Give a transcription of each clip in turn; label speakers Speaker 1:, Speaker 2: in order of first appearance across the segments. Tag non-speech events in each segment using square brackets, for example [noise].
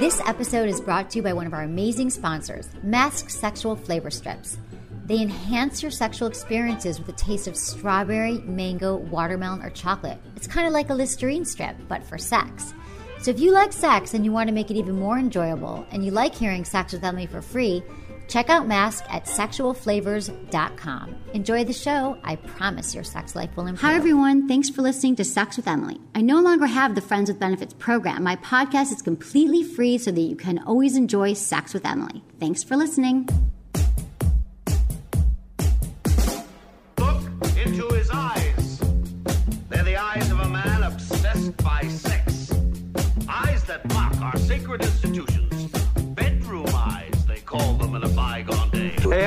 Speaker 1: This episode is brought to you by one of our amazing sponsors, Mask Sexual Flavor Strips. They enhance your sexual experiences with a taste of strawberry, mango, watermelon, or chocolate. It's kind of like a Listerine strip, but for sex. So if you like sex and you want to make it even more enjoyable, and you like hearing Sex with Emily for free, check out Mask at sexualflavors.com. Enjoy the show. I promise your sex life will improve. Hi, everyone. Thanks for listening to Sex with Emily. I no longer have the Friends with Benefits program. My podcast is completely free so that you can always enjoy Sex with Emily. Thanks for listening.
Speaker 2: Look into his eyes. They're the eyes of a man obsessed by sex. Eyes that mock our sacred institutions. Bedroom eyes, they call them in a bygone day.
Speaker 3: Hey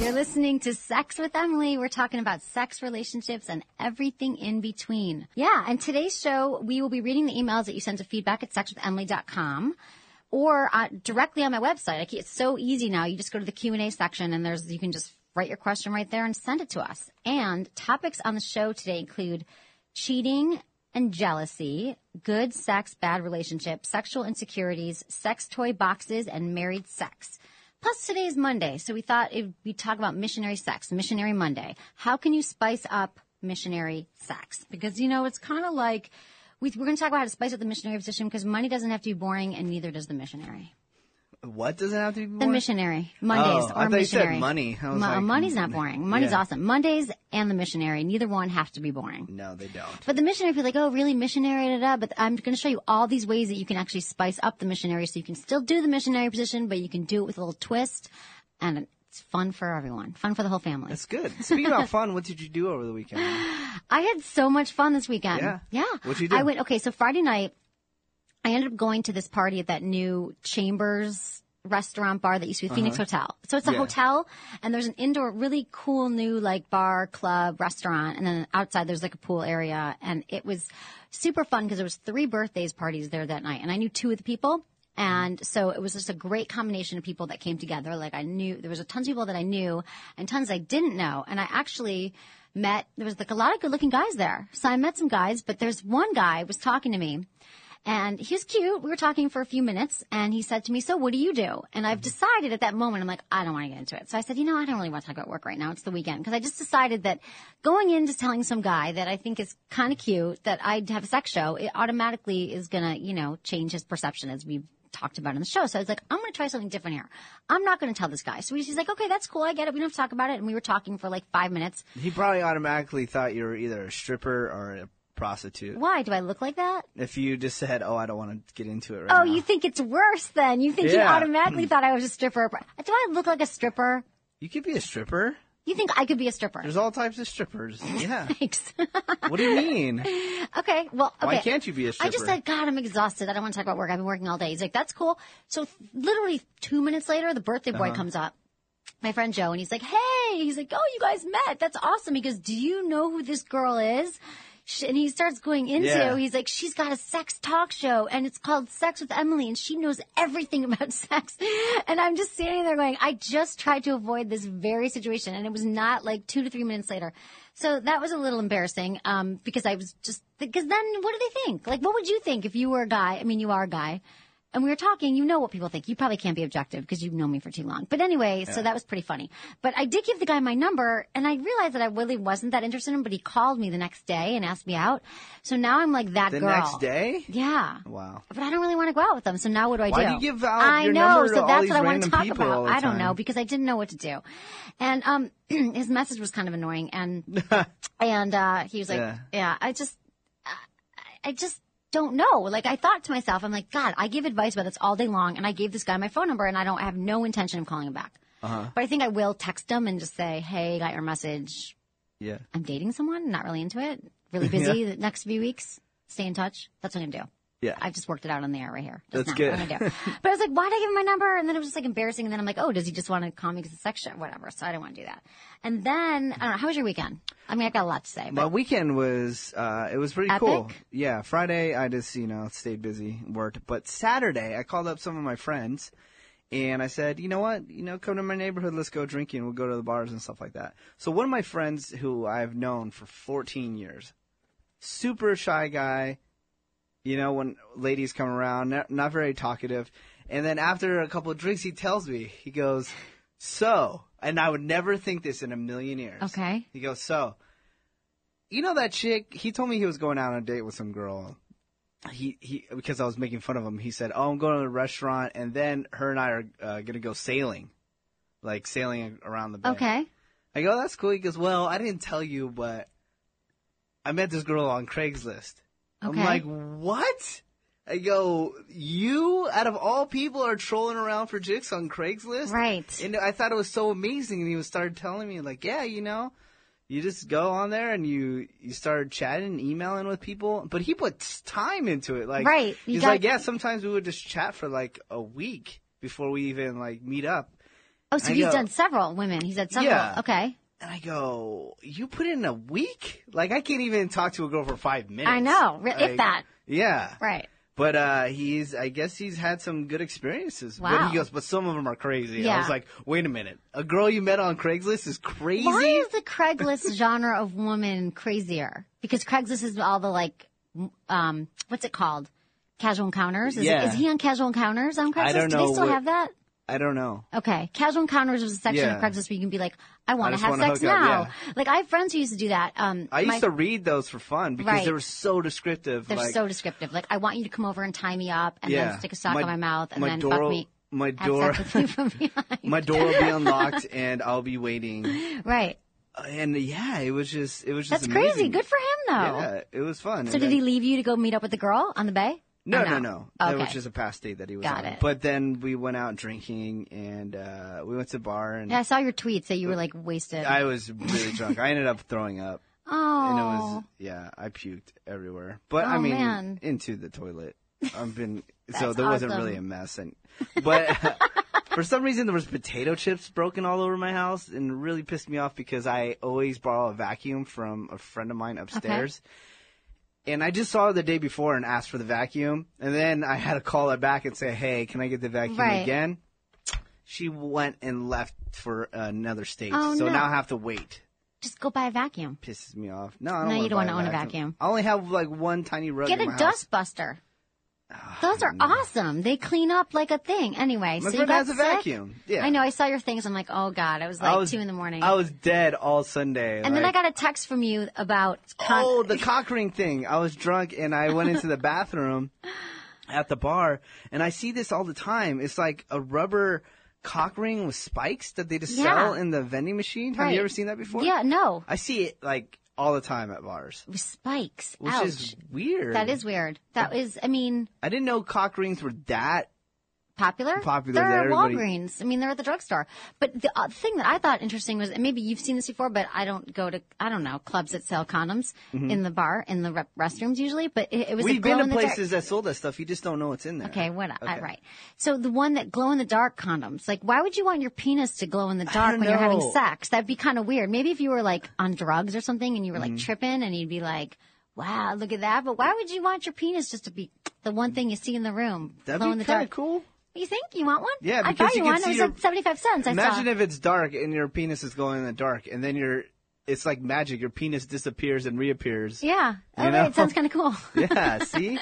Speaker 1: You're listening to Sex with Emily. We're talking about sex, relationships, and everything in between. Yeah, and today's show, we will be reading the emails that you sent to feedback at sexwithemily.com or uh, directly on my website. Like, it's so easy now. You just go to the Q&A section and there's you can just write your question right there and send it to us. And topics on the show today include cheating and jealousy, good sex, bad relationships, sexual insecurities, sex toy boxes, and married sex. Plus, today is Monday, so we thought it, we'd talk about missionary sex, Missionary Monday. How can you spice up missionary sex? Because, you know, it's kind of like we, we're going to talk about how to spice up the missionary position because money doesn't have to be boring, and neither does the missionary.
Speaker 4: What does it have to be?
Speaker 1: The
Speaker 4: More?
Speaker 1: missionary Mondays
Speaker 4: Oh,
Speaker 1: or
Speaker 4: I thought you said
Speaker 1: missionary
Speaker 4: money. I was like,
Speaker 1: money's not boring. Money's
Speaker 4: yeah.
Speaker 1: awesome. Mondays and the missionary, neither one have to be boring.
Speaker 4: No, they don't.
Speaker 1: But the missionary, if you're like, oh, really missionary, da, da, da, but I'm going to show you all these ways that you can actually spice up the missionary so you can still do the missionary position, but you can do it with a little twist. And it's fun for everyone, fun for the whole family.
Speaker 4: That's good. Speaking
Speaker 1: [laughs]
Speaker 4: about fun, what did you do over the weekend?
Speaker 1: I had so much fun this weekend.
Speaker 4: Yeah? What'd you do?
Speaker 1: I went, okay, so Friday night, I ended up going to this party at that new Chambers restaurant bar that used to be Phoenix Hotel. So it's a
Speaker 4: Yeah.
Speaker 1: hotel and there's an indoor, really cool new like bar, club, restaurant. And then outside there's like a pool area. And it was super fun because there was three birthdays parties there that night. And I knew two of the people. And so it was just a great combination of people that came together. Like I knew there was a tons of people that I knew and tons I didn't know. And I actually met, there was like a lot of good looking guys there. So I met some guys, but there's one guy was talking to me and he was cute. We were talking for a few minutes and he said to me, so what do you do? And I've decided at that moment, I'm like, I don't want to get into it. So I said, you know, I don't really want to talk about work right now. It's the weekend. Cause I just decided that going into telling some guy that I think is kind of cute that I'd have a sex show, it automatically is going to, you know, change his perception as we talked about on the show. So I was like, I'm going to try something different here. I'm not going to tell this guy. So he's like, okay, that's cool. I get it. We don't have to talk about it. And we were talking for like five minutes.
Speaker 4: He probably automatically thought you were either a stripper or a prostitute.
Speaker 1: Why do I look like that?
Speaker 4: If you just said, "Oh, I don't want to get into it right
Speaker 1: Oh,
Speaker 4: now."
Speaker 1: you think it's worse then? You think you
Speaker 4: Yeah. [clears throat]
Speaker 1: automatically thought I was a stripper? Do I look like a stripper?
Speaker 4: You could be a stripper.
Speaker 1: You think I could be a stripper? [laughs]
Speaker 4: There's all types of strippers. Yeah.
Speaker 1: Thanks.
Speaker 4: what do you mean?
Speaker 1: [laughs] okay. Well, okay.
Speaker 4: Why can't you be a stripper?
Speaker 1: I just said, God, I'm exhausted. I don't want to talk about work. I've been working all day. He's like, that's cool. So literally two minutes later, the birthday
Speaker 4: Uh-huh.
Speaker 1: boy comes up. My friend Joe, and he's like, hey, he's like, oh, you guys met. That's awesome. He goes, do you know who this girl is? Sh- And he starts going into,
Speaker 4: Yeah.
Speaker 1: he's like, she's got a sex talk show and it's called Sex with Emily and she knows everything [laughs] about sex. And I'm just standing there going, I just tried to avoid this very situation. And it was not like two to three minutes later. So that was a little embarrassing, um, because I was just, because then what do they think? Like, what would you think if you were a guy? I mean, you are a guy. And we were talking, you know what people think. You probably can't be objective because you've known me for too long. But anyway, so that was pretty funny. But I did give the guy my number and I realized that I really wasn't that interested in him, but he called me the next day and asked me out. So now I'm like that
Speaker 4: the
Speaker 1: girl.
Speaker 4: next day.
Speaker 1: Yeah.
Speaker 4: Wow.
Speaker 1: But I don't really want to go out with them. So now what do I
Speaker 4: Why
Speaker 1: do?
Speaker 4: do you give out
Speaker 1: I
Speaker 4: your
Speaker 1: know.
Speaker 4: number
Speaker 1: so
Speaker 4: to all
Speaker 1: that's
Speaker 4: these
Speaker 1: what I want to
Speaker 4: random
Speaker 1: talk
Speaker 4: people
Speaker 1: about.
Speaker 4: all the
Speaker 1: I don't
Speaker 4: time?
Speaker 1: know because I didn't know what to do, and um, [clears throat] his message was kind of annoying,
Speaker 4: [laughs]
Speaker 1: and and uh, he was like, yeah,
Speaker 4: Yeah.
Speaker 1: I just, I, I just don't know. Like I thought to myself, I'm like, God, I give advice about this all day long, and I gave this guy my phone number, and I don't I have no intention of calling him back.
Speaker 4: Uh-huh.
Speaker 1: But I think I will text him and just say, Hey, got your message.
Speaker 4: Yeah. [laughs]
Speaker 1: I'm dating someone, not really into it, really busy the next few weeks. Stay in touch. That's what I'm gonna do.
Speaker 4: Yeah.
Speaker 1: I've just worked it out on the air right here. Just
Speaker 4: That's
Speaker 1: now, what
Speaker 4: good.
Speaker 1: I'm
Speaker 4: [laughs]
Speaker 1: gonna do. but I was like, why did I give him my number? And then it was just like embarrassing. And then I'm like, oh, does he just want to call me because it's section? Whatever. So I don't want to do that. And then, I don't know, how was your weekend? I mean, I got a lot to say.
Speaker 4: My
Speaker 1: But
Speaker 4: weekend was uh, it was pretty
Speaker 1: Epic?
Speaker 4: cool. Yeah, Friday I just you know stayed busy, worked, but Saturday I called up some of my friends, and I said, you know what, you know, come to my neighborhood, let's go drinking, we'll go to the bars and stuff like that. So one of my friends who I've known for 14 years, super shy guy, you know, when ladies come around, not, not very talkative, and then after a couple of drinks, he tells me, he goes, so, and I would never think this in a million years.
Speaker 1: okay.
Speaker 4: He goes, so, you know that chick? He told me he was going out on a date with some girl. He he because I was making fun of him. He said, "Oh, I'm going to a restaurant, and then her and I are uh, gonna go sailing, like sailing around the bay."
Speaker 1: Okay.
Speaker 4: I go, "That's cool." He goes, "Well, I didn't tell you, but I met this girl on Craigslist." I'm
Speaker 1: Okay.
Speaker 4: like, "What?" I go, "You out of all people are trolling around for chicks on Craigslist?"
Speaker 1: Right.
Speaker 4: And I thought it was so amazing. And he was started telling me like, yeah, you know, you just go on there and you you start chatting and emailing with people. But he puts time into it. Like,
Speaker 1: Right. You
Speaker 4: he's
Speaker 1: gotta-
Speaker 4: like, yeah. Sometimes we would just chat for like a week before we even like meet up.
Speaker 1: Oh, so
Speaker 4: I
Speaker 1: you've
Speaker 4: go-
Speaker 1: done several women. He's had several.
Speaker 4: Yeah.
Speaker 1: Okay.
Speaker 4: And I go, you put in a week? Like I can't even talk to a girl for five minutes.
Speaker 1: I know. Re- if
Speaker 4: Like,
Speaker 1: that.
Speaker 4: Yeah.
Speaker 1: Right.
Speaker 4: But uh, he's, I guess he's had some good experiences. But
Speaker 1: Wow.
Speaker 4: he goes, but some of them are crazy. I
Speaker 1: Yeah.
Speaker 4: was like, wait a minute. A girl you met on Craigslist is crazy?
Speaker 1: Why is the Craigslist [laughs] genre of woman crazier? Because Craigslist is all the like, um, what's it called? Casual encounters. Is,
Speaker 4: Yeah.
Speaker 1: is he on casual encounters on Craigslist?
Speaker 4: I don't
Speaker 1: Do
Speaker 4: know
Speaker 1: they still
Speaker 4: what-
Speaker 1: have that?
Speaker 4: I don't know.
Speaker 1: Okay. Casual encounters was a section of
Speaker 4: Yeah.
Speaker 1: Craigslist where you can be like, I want
Speaker 4: I
Speaker 1: to
Speaker 4: just
Speaker 1: have
Speaker 4: wanna
Speaker 1: sex
Speaker 4: hook up,
Speaker 1: now.
Speaker 4: yeah.
Speaker 1: Like I have friends who used to do that. Um,
Speaker 4: I used
Speaker 1: my-
Speaker 4: to read those for fun because
Speaker 1: Right.
Speaker 4: they were so descriptive.
Speaker 1: They're
Speaker 4: like,
Speaker 1: so descriptive. Like, I want you to come over and tie me up, and
Speaker 4: yeah.
Speaker 1: then stick a sock in my mouth, and then
Speaker 4: door,
Speaker 1: fuck me.
Speaker 4: My
Speaker 1: Have
Speaker 4: door,
Speaker 1: sex with me
Speaker 4: [laughs]
Speaker 1: from behind.
Speaker 4: my door
Speaker 1: [laughs]
Speaker 4: will be unlocked, and I'll be waiting.
Speaker 1: Right.
Speaker 4: And yeah, it was just, it was just
Speaker 1: That's
Speaker 4: amazing.
Speaker 1: crazy. Good for him, though.
Speaker 4: Yeah, it was fun.
Speaker 1: So did he leave you to go meet up with the girl on the bay?
Speaker 4: No,
Speaker 1: Or
Speaker 4: no, no. That was
Speaker 1: Okay.
Speaker 4: just a past date that he was
Speaker 1: Got
Speaker 4: on.
Speaker 1: it.
Speaker 4: But then we went out drinking, and uh, we went to a bar, and
Speaker 1: Yeah, I saw your tweets that you were like wasted.
Speaker 4: I was really drunk. I ended up throwing up, and it
Speaker 1: oh,
Speaker 4: was yeah, I puked everywhere. But I
Speaker 1: Oh,
Speaker 4: mean,
Speaker 1: man.
Speaker 4: into the toilet.
Speaker 1: [laughs]
Speaker 4: I've been so there wasn't
Speaker 1: awesome.
Speaker 4: really a mess, and but [laughs] for some reason there was potato chips broken all over my house, and it really pissed me off because I always borrow a vacuum from a friend of mine upstairs. And I just saw her the day before and asked for the vacuum, and then I had to call her back and say, "Hey, can I get the vacuum
Speaker 1: Right.
Speaker 4: again?" She went and left for another state,
Speaker 1: Oh,
Speaker 4: so
Speaker 1: no.
Speaker 4: now I have to wait
Speaker 1: just go buy a vacuum.
Speaker 4: pisses me off. No, I don't
Speaker 1: No, you don't
Speaker 4: want to
Speaker 1: wanna own a vacuum.
Speaker 4: I only have like one tiny rug.
Speaker 1: Get
Speaker 4: in
Speaker 1: a
Speaker 4: my house. Ah,
Speaker 1: dustbuster. Those are awesome. They clean up like a thing. Anyway, so
Speaker 4: My
Speaker 1: you
Speaker 4: friend
Speaker 1: got
Speaker 4: has a
Speaker 1: sick?
Speaker 4: vacuum. Yeah,
Speaker 1: I know. I saw your things. I'm like, oh god. It was
Speaker 4: I
Speaker 1: like
Speaker 4: was-
Speaker 1: two in the morning.
Speaker 4: I was dead all Sunday.
Speaker 1: and then I got a text from you about. Con-
Speaker 4: oh the cock ring thing. I was drunk and I
Speaker 1: [laughs]
Speaker 4: went into the bathroom at the bar, and I see this all the time. It's like a rubber cock ring with spikes that they just
Speaker 1: Yeah.
Speaker 4: sell in the vending machine. Have
Speaker 1: Right.
Speaker 4: you ever seen that before?
Speaker 1: Yeah. No.
Speaker 4: I see it like all the time at bars,
Speaker 1: With spikes.
Speaker 4: which
Speaker 1: Ouch.
Speaker 4: is weird.
Speaker 1: That is weird. That is. I mean.
Speaker 4: I didn't know cock rings were that
Speaker 1: popular.
Speaker 4: Popular
Speaker 1: They're
Speaker 4: that
Speaker 1: at
Speaker 4: everybody-
Speaker 1: Walgreens. I mean, they're at the drugstore. But the uh, thing that I thought interesting was, and maybe you've seen this before, but I don't go to, I don't know, clubs that sell condoms in the bar, in the re- restrooms usually. But it, it was a
Speaker 4: Mm-hmm. We've been
Speaker 1: glow
Speaker 4: to
Speaker 1: in the dark-
Speaker 4: places that sold that stuff. You just don't know what's in there.
Speaker 1: Okay, what? I- right. So the one that glow in the dark condoms, like, why would you want your penis to glow in the dark
Speaker 4: don't
Speaker 1: when you're having
Speaker 4: know.
Speaker 1: sex? That'd be kind of weird. Maybe if you were like on drugs or something and you were like
Speaker 4: Mm-hmm.
Speaker 1: tripping and you'd be like, wow, look at that. But why would you want your penis just to be the one thing you see in the room?
Speaker 4: That'd
Speaker 1: glow in
Speaker 4: be
Speaker 1: the
Speaker 4: kind
Speaker 1: dark.
Speaker 4: of cool.
Speaker 1: You think you want one?
Speaker 4: Yeah,
Speaker 1: I
Speaker 4: because
Speaker 1: bought
Speaker 4: you
Speaker 1: you,
Speaker 4: can
Speaker 1: one. It
Speaker 4: see
Speaker 1: was
Speaker 4: your-
Speaker 1: at seventy-five cents. I
Speaker 4: Imagine
Speaker 1: saw.
Speaker 4: if it's dark and your penis is going in the dark, and then your it's like magic. Your penis disappears and
Speaker 1: [laughs]
Speaker 4: reappears.
Speaker 1: yeah. Oh,
Speaker 4: You know?
Speaker 1: it sounds kind of cool.
Speaker 4: [laughs]
Speaker 1: [laughs]
Speaker 4: Yeah, see?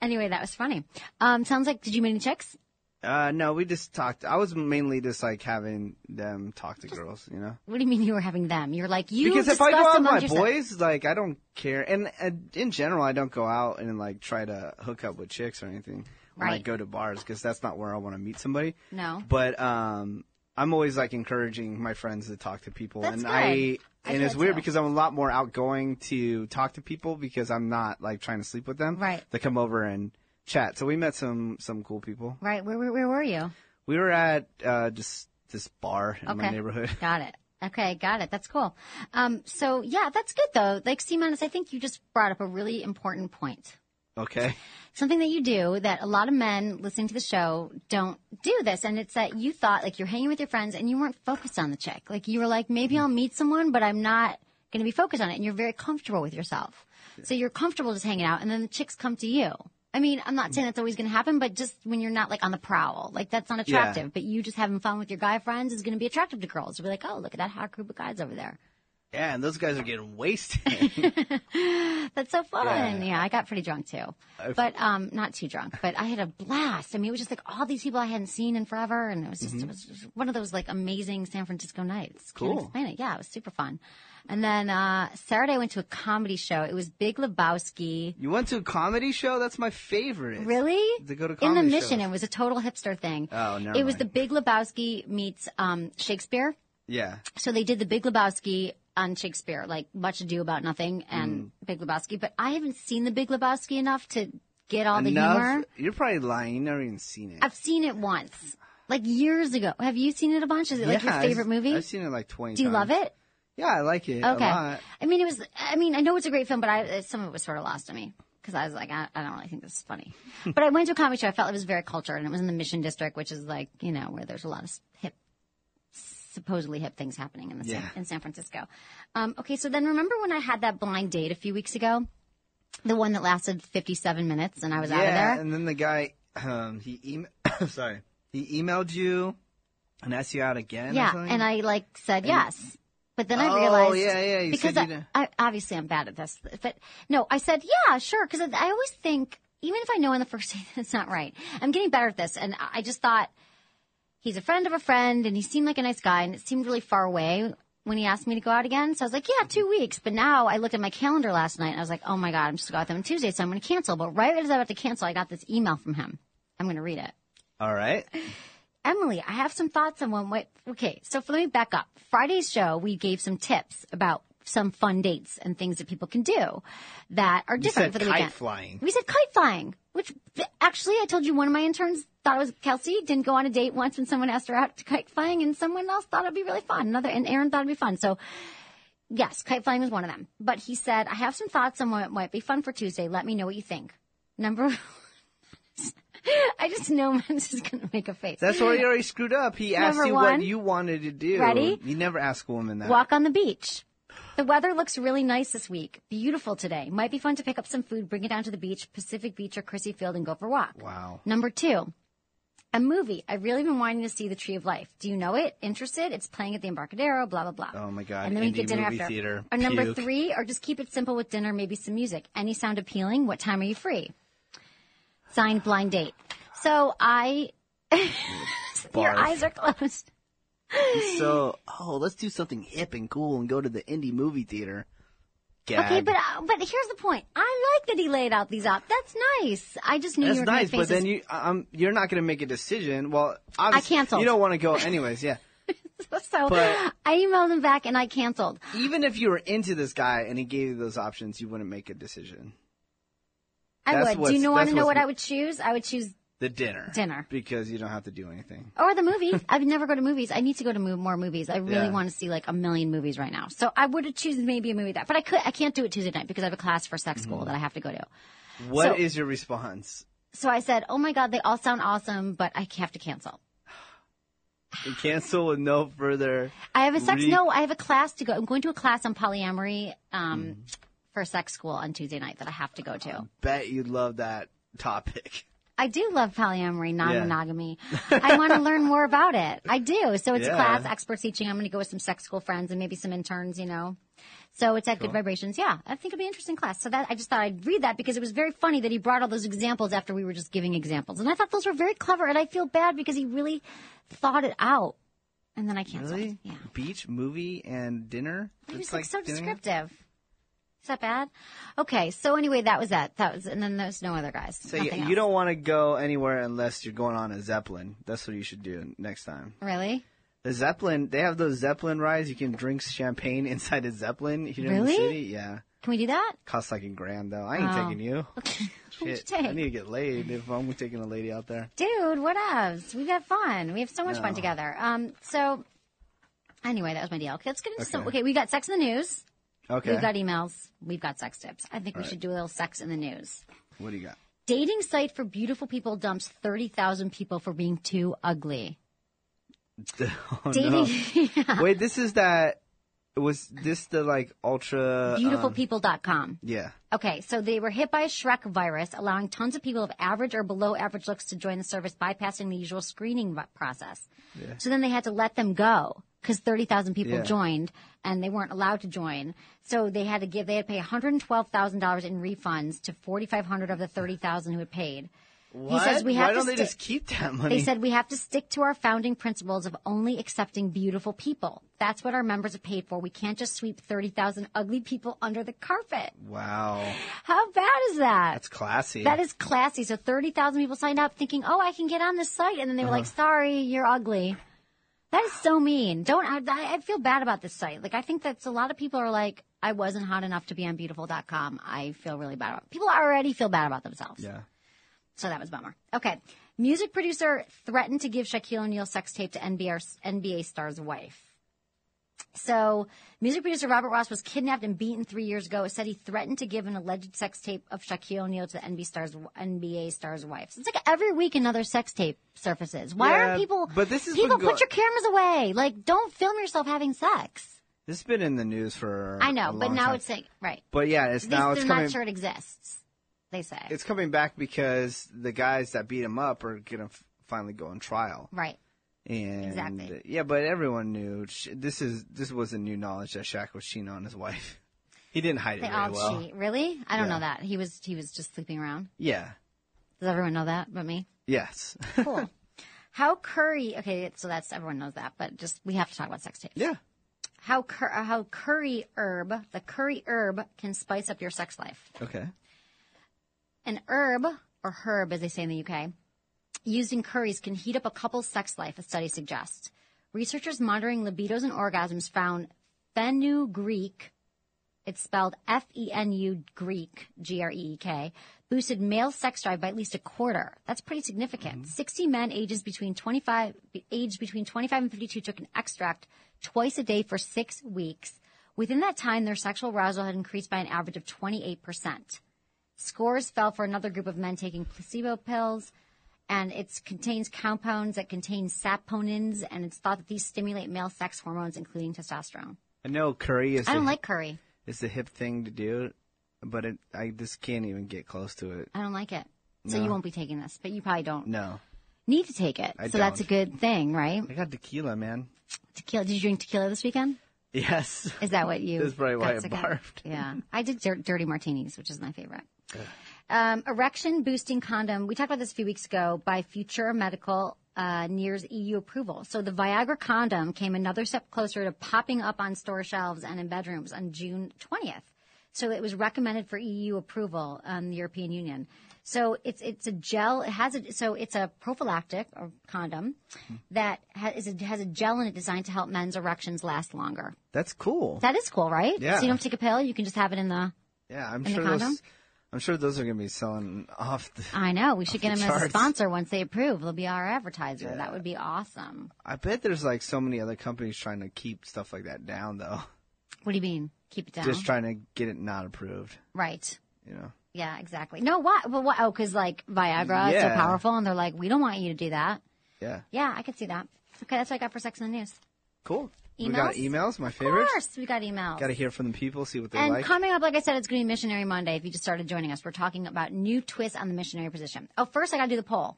Speaker 1: anyway, that was funny. Um, sounds like did you meet any chicks?
Speaker 4: Uh, no, we just talked. I was mainly just like having them talk to girls, you know?
Speaker 1: What do you mean you were having them? You're like you
Speaker 4: Because if
Speaker 1: discussed
Speaker 4: I go out with
Speaker 1: among
Speaker 4: my
Speaker 1: yourself-
Speaker 4: boys, like I don't care. And, and in general, I don't go out and like try to hook up with chicks or anything when I
Speaker 1: Right.
Speaker 4: go to bars because that's not where I want to meet somebody.
Speaker 1: No.
Speaker 4: But um, I'm always like encouraging my friends to talk to people,
Speaker 1: That's
Speaker 4: and
Speaker 1: good.
Speaker 4: I
Speaker 1: I
Speaker 4: and
Speaker 1: do
Speaker 4: it's
Speaker 1: that
Speaker 4: weird
Speaker 1: too.
Speaker 4: because I'm a lot more outgoing to talk to people because I'm not like trying to sleep with them.
Speaker 1: Right.
Speaker 4: They come over and chat. So we met some some cool people.
Speaker 1: Right. Where, where where were you?
Speaker 4: We were at uh, just this bar in my
Speaker 1: Okay.
Speaker 4: neighborhood. [laughs]
Speaker 1: Got it. Okay, got it. That's cool. Um, so yeah, that's good though. Like C minus, I think you just brought up a really important point.
Speaker 4: Okay.
Speaker 1: something that you do that a lot of men listening to the show don't do this and it's that you thought like you're hanging with your friends and you weren't focused on the chick like you were like maybe i'll meet someone but i'm not going to be focused on it and you're very comfortable with yourself so you're comfortable just hanging out and then the chicks come to you i mean i'm not saying that's always going to happen but just when you're not like on the prowl like that's not attractive but you just having fun with your guy friends is going to be attractive to girls to be like oh look at that hot group of guys over there
Speaker 4: Yeah, and those guys are getting wasted.
Speaker 1: [laughs] That's so fun. Yeah. I got pretty drunk too, but um, not too drunk. But I had a blast. I mean, it was just like all these people I hadn't seen in forever, and it was just, it was just one of those like amazing San Francisco nights.
Speaker 4: Mm-hmm. Cool.
Speaker 1: Can't explain it. Yeah, it was super fun. And then uh, Saturday, I went to a comedy show. It was Big Lebowski.
Speaker 4: you went to a comedy show? That's my favorite.
Speaker 1: Really?
Speaker 4: To go to
Speaker 1: in the
Speaker 4: comedy
Speaker 1: mission,
Speaker 4: shows.
Speaker 1: it was a total hipster thing.
Speaker 4: Oh, never
Speaker 1: It was
Speaker 4: mind.
Speaker 1: the Big Lebowski meets um, Shakespeare.
Speaker 4: Yeah.
Speaker 1: So they did the Big Lebowski on Shakespeare, like Much Ado About Nothing
Speaker 4: Mm.
Speaker 1: and Big Lebowski. But I haven't seen the Big Lebowski enough to get all the
Speaker 4: Enough.
Speaker 1: humor.
Speaker 4: You're probably lying. You never even seen it.
Speaker 1: I've seen it once, like years ago. Have you seen it a bunch? Is it like
Speaker 4: Yeah,
Speaker 1: your
Speaker 4: I've-
Speaker 1: favorite movie?
Speaker 4: I've seen it like 20
Speaker 1: Do you love
Speaker 4: times.
Speaker 1: it?
Speaker 4: Yeah, I like it
Speaker 1: Okay.
Speaker 4: a lot.
Speaker 1: I mean, it was. I mean, I know it's a great film, but I, uh, some of it was sort of lost to me because I was like, I, I don't really think this is
Speaker 4: [laughs]
Speaker 1: funny. but I went to a comedy show. I felt it was very cultured, and it was in the Mission District, which is like you know where there's a lot of hip, supposedly hip things happening in the San,
Speaker 4: Yeah.
Speaker 1: in San Francisco. Um, okay, so then remember when I had that blind date a few weeks ago, the one that lasted 57 minutes, and I was
Speaker 4: Yeah,
Speaker 1: out of there.
Speaker 4: and then the guy, um, he em- [coughs] sorry, he emailed you and asked you out again. or
Speaker 1: Yeah,
Speaker 4: something?
Speaker 1: and I like said yes, but then I
Speaker 4: Oh,
Speaker 1: realized,
Speaker 4: yeah, yeah, you
Speaker 1: because
Speaker 4: said you
Speaker 1: I-
Speaker 4: didn't-
Speaker 1: I, obviously I'm bad at this, but no, I said yeah, sure, because I, I always think even if I know on the first [laughs] day that it's not right, I'm getting better at this, and I I just thought he's a friend of a friend, and he seemed like a nice guy, and it seemed really far away. When he asked me to go out again, so I was like, "Yeah, two weeks." But now I looked at my calendar last night, and I was like, "Oh my god, I'm just going out with them on Tuesday, so I'm going to cancel." But right as I was about to cancel, I got this email from him. I'm going to read it.
Speaker 4: All right.
Speaker 1: Emily, I have some thoughts on one way. Okay, so let me back up. Friday's show, we gave some tips about some fun dates and things that people can do that are different
Speaker 4: said
Speaker 1: for the
Speaker 4: kite
Speaker 1: weekend.
Speaker 4: flying.
Speaker 1: We said kite flying, which th- actually I told you one of my interns thought it was Kelsey didn't go on a date once when someone asked her out to kite flying, and someone else thought it'd be really fun. Another and Aaron thought it'd be fun. So yes, kite flying was one of them. But he said I have some thoughts on what might be fun for Tuesday. Let me know what you think. Number. [laughs] I just know [laughs] this is going to make a face.
Speaker 4: That's why you already screwed up. He asked
Speaker 1: Number
Speaker 4: you
Speaker 1: one.
Speaker 4: what you wanted to do.
Speaker 1: Ready?
Speaker 4: You never ask a woman that.
Speaker 1: Walk on the beach. The weather looks really nice this week. Beautiful today. Might be fun to pick up some food, bring it down to the beach, Pacific Beach or Chrissy Field and go for a walk.
Speaker 4: Wow.
Speaker 1: Number two, a movie. I've really been wanting to see The Tree of Life. Do you know it? Interested? It's playing at the Embarcadero, blah, blah, blah.
Speaker 4: Oh my God,
Speaker 1: And then we
Speaker 4: indie
Speaker 1: get dinner
Speaker 4: movie
Speaker 1: after.
Speaker 4: theater.
Speaker 1: Or number
Speaker 4: Puke.
Speaker 1: three, or just keep it simple with dinner, maybe some music. Any sound appealing? What time are you free? Signed blind date. So I, your
Speaker 4: Barf.
Speaker 1: eyes are closed.
Speaker 4: So, oh, let's do something hip and cool and go to the indie movie theater. Gag.
Speaker 1: Okay, but uh, but here's the point. I like that he laid out these op. That's nice. I just knew
Speaker 4: That's
Speaker 1: you were gonna
Speaker 4: nice,
Speaker 1: make faces.
Speaker 4: but then you, I- I'm, you're not going to make a decision. Well, obviously,
Speaker 1: canceled.
Speaker 4: You don't want to go anyways. Yeah.
Speaker 1: [laughs] so
Speaker 4: but-
Speaker 1: I emailed him back and I canceled.
Speaker 4: Even if you were into this guy and he gave you those options, you wouldn't make a decision.
Speaker 1: I
Speaker 4: That's
Speaker 1: would. Do you
Speaker 4: what's-
Speaker 1: know, want
Speaker 4: that's
Speaker 1: to know
Speaker 4: what's-
Speaker 1: what I would choose? I would choose
Speaker 4: The dinner.
Speaker 1: Dinner.
Speaker 4: Because you don't have to do anything.
Speaker 1: or the
Speaker 4: [laughs]
Speaker 1: movies. I would never go to movies. I need to go to move more movies. I really
Speaker 4: Yeah.
Speaker 1: want to see like a million movies right now. So I would have chosen maybe a movie that, but I could. I can't do it Tuesday night because I have a class for sex
Speaker 4: Mm-hmm.
Speaker 1: school that I have to go to.
Speaker 4: What is
Speaker 1: So-
Speaker 4: your response?
Speaker 1: So I said, "Oh my god, they all sound awesome, but I have to cancel."
Speaker 4: You cancel with no further.
Speaker 1: I have a sex.
Speaker 4: Re-
Speaker 1: no, I have a class to go. I'm going to a class on polyamory um,
Speaker 4: Mm.
Speaker 1: for sex school on Tuesday night that I have to go to.
Speaker 4: Bet you love that topic.
Speaker 1: [sighs] I do love polyamory,
Speaker 4: [laughs]
Speaker 1: non-monogamy. I want to learn more about it. I do. So it's
Speaker 4: Yeah.
Speaker 1: a class, experts teaching. I'm going to go with some sex school friends and maybe some interns, you know. So it's at Good Vibrations. Yeah, I think it'll be an interesting class. So that I just thought I'd read that because it was very funny that he brought all those examples after we were just giving examples, and I thought those were very clever. And I feel bad because he really thought it out, and then I canceled.
Speaker 4: Really?
Speaker 1: Yeah.
Speaker 4: Beach, movie, and dinner?
Speaker 1: He was
Speaker 4: It's
Speaker 1: like, so
Speaker 4: doing it?
Speaker 1: descriptive. Is that bad? Okay, so anyway, that was that. That was, and then there's no other guys.
Speaker 4: So you,
Speaker 1: Nothing
Speaker 4: you
Speaker 1: else.
Speaker 4: don't want to go anywhere unless you're going on a Zeppelin. That's what you should do next time.
Speaker 1: really.
Speaker 4: The Zeppelin, they have those Zeppelin rides. You can drink champagne [laughs] inside a Zeppelin here in the
Speaker 1: Really?
Speaker 4: city. Yeah.
Speaker 1: Can we do that?
Speaker 4: Costs like a grand though. I ain't
Speaker 1: Oh.
Speaker 4: taking you.
Speaker 1: [laughs] Who'd you
Speaker 4: Shit, I
Speaker 1: take?
Speaker 4: need to get laid if I'm taking a lady out there.
Speaker 1: Dude, what else? We've had fun. We have so much fun together. Um, so anyway, that was my deal. Okay, let's get into some. Okay, we got sex in the news.
Speaker 4: Okay.
Speaker 1: We've got emails. We've got sex tips. I think we should do a little sex in the news.
Speaker 4: What do you got?
Speaker 1: Dating site for beautiful people dumps 30,000 people for being too ugly.
Speaker 4: [laughs] Oh,
Speaker 1: Dating [laughs]
Speaker 4: no. Wait, this is that. Was this the like ultra? um,
Speaker 1: beautifulpeople.com.
Speaker 4: yeah.
Speaker 1: Okay, so they were hit by a Shrek virus, allowing tons of people of average or below average looks to join the service, bypassing the usual screening v- process. So then they had to let them go because 30,000 people
Speaker 4: Yeah.
Speaker 1: joined and they weren't allowed to join. So they had to give, they had to pay $112,000 in refunds to 4,500 of the 30,000 who had paid.
Speaker 4: What?
Speaker 1: says we have
Speaker 4: Why
Speaker 1: to
Speaker 4: don't they
Speaker 1: stay-
Speaker 4: just keep that money?
Speaker 1: They said we have to stick to our founding principles of only accepting beautiful people. That's what our members are paid for. We can't just sweep 30,000 ugly people under the carpet.
Speaker 4: wow,
Speaker 1: How bad is that?
Speaker 4: that's classy.
Speaker 1: That is classy. So 30,000 people signed up thinking, oh, I can get on this site. And then they were like, sorry, you're ugly. That is so mean. Don't, I, I- I feel bad about this site. Like, I think that's a lot of people are like, I wasn't hot enough to be on beautiful.com. I feel really bad about People already feel bad about themselves.
Speaker 4: Yeah.
Speaker 1: So that was a bummer. Okay. Music producer threatened to give Shaquille O'Neal sex tape to NBR, NBA star's wife. So, music producer Robert Ross was kidnapped and beaten three years ago. It said he threatened to give an alleged sex tape of Shaquille O'Neal to the NBA star's, NBA star's wife. So it's like every week another sex tape surfaces. Why
Speaker 4: Yeah,
Speaker 1: aren't people?
Speaker 4: but this has been
Speaker 1: people
Speaker 4: go-
Speaker 1: put your cameras away. Like, don't film yourself having sex.
Speaker 4: This has been in the news for.
Speaker 1: I know,
Speaker 4: a
Speaker 1: but
Speaker 4: long
Speaker 1: now
Speaker 4: time.
Speaker 1: it's saying right.
Speaker 4: But yeah, it's
Speaker 1: At
Speaker 4: now
Speaker 1: least
Speaker 4: it's
Speaker 1: they're
Speaker 4: coming.
Speaker 1: not sure it exists. They say
Speaker 4: It's coming back because the guys that beat him up are gonna f- finally go on trial.
Speaker 1: right.
Speaker 4: And
Speaker 1: Exactly.
Speaker 4: Yeah, but everyone knew sh- this is this was a new knowledge that Shaq was cheating on his wife. [laughs] He didn't hide it
Speaker 1: They
Speaker 4: very
Speaker 1: all
Speaker 4: well.
Speaker 1: cheat. Really? I don't
Speaker 4: Yeah.
Speaker 1: know that. He was he was just sleeping around.
Speaker 4: Yeah.
Speaker 1: Does everyone know that but me?
Speaker 4: Yes. [laughs]
Speaker 1: Cool. How Curry? Okay, so that's everyone knows that, but just we have to talk about sex tapes.
Speaker 4: yeah.
Speaker 1: How cur, uh, how curry herb, the curry herb can spice up your sex life.
Speaker 4: Okay.
Speaker 1: An herb or herb, as they say in the UK, used in curries can heat up a couple's sex life. A study suggests. Researchers monitoring libidos and orgasms found fenugreek it's spelled F E N U Greek, G R E E K, boosted male sex drive by at least a quarter. That's pretty significant. 60 men ages between 25, aged between 25 and 52 took an extract twice a day for six weeks. Within that time, their sexual arousal had increased by an average of 28%. Scores fell for another group of men taking placebo pills, and it contains compounds that contain saponins, and it's thought that these stimulate male sex hormones, including testosterone.
Speaker 4: I know curry is
Speaker 1: I
Speaker 4: the,
Speaker 1: don't like curry.
Speaker 4: is the hip thing to do, but it, I just can't even get close to it.
Speaker 1: I don't like it. So you won't be taking this, but you probably don't
Speaker 4: No.
Speaker 1: need to take it.
Speaker 4: I
Speaker 1: so that's a
Speaker 4: don't.
Speaker 1: good thing, right?
Speaker 4: I got tequila, man.
Speaker 1: Tequila. Did you drink tequila this weekend?
Speaker 4: Yes.
Speaker 1: Is that what you?
Speaker 4: That's probably why
Speaker 1: got
Speaker 4: I
Speaker 1: sick of?
Speaker 4: barfed.
Speaker 1: Yeah, I did dir- dirty martinis, which is my favorite. Um, erection boosting condom. We talked about this a few weeks ago by Future Medical uh, nears EU approval. So the Viagra condom came another step closer to popping up on store shelves and in bedrooms on June 20th. So it was recommended for EU approval on the European Union. So it's it's a gel. It has a so it's a prophylactic or condom
Speaker 4: Hmm.
Speaker 1: that has, is a, has a gel in it designed to help men's erections last longer.
Speaker 4: That's cool.
Speaker 1: That is cool, right?
Speaker 4: Yeah.
Speaker 1: So you don't have to take a pill. You can just have it in the.
Speaker 4: yeah, I'm
Speaker 1: the
Speaker 4: sure
Speaker 1: condom?
Speaker 4: those. I'm sure those are gonna be selling off. The,
Speaker 1: I know. We should get
Speaker 4: the
Speaker 1: them as a
Speaker 4: charts.
Speaker 1: sponsor once they approve. They'll be our advertiser. That would be awesome.
Speaker 4: I bet there's like so many other companies trying to keep stuff like that down, though.
Speaker 1: What do you mean? Keep it down.
Speaker 4: Just trying to get it not approved.
Speaker 1: right.
Speaker 4: You know.
Speaker 1: Yeah, exactly. No, why? Well, why? Oh, because like Viagra is so
Speaker 4: Yeah.
Speaker 1: powerful, and they're like, we don't want you to do that.
Speaker 4: Yeah.
Speaker 1: Yeah, I could see that. Okay, that's what I got for Sex in the News.
Speaker 4: Cool. We got
Speaker 1: Emails?
Speaker 4: emails. My
Speaker 1: Of
Speaker 4: favorite.
Speaker 1: course, we got emails.
Speaker 4: Got to hear from the people, see what they
Speaker 1: and
Speaker 4: like.
Speaker 1: coming up, like I said, it's going to be Missionary Monday. If you just started joining us, we're talking about new twists on the missionary position. Oh, first I got to do the poll.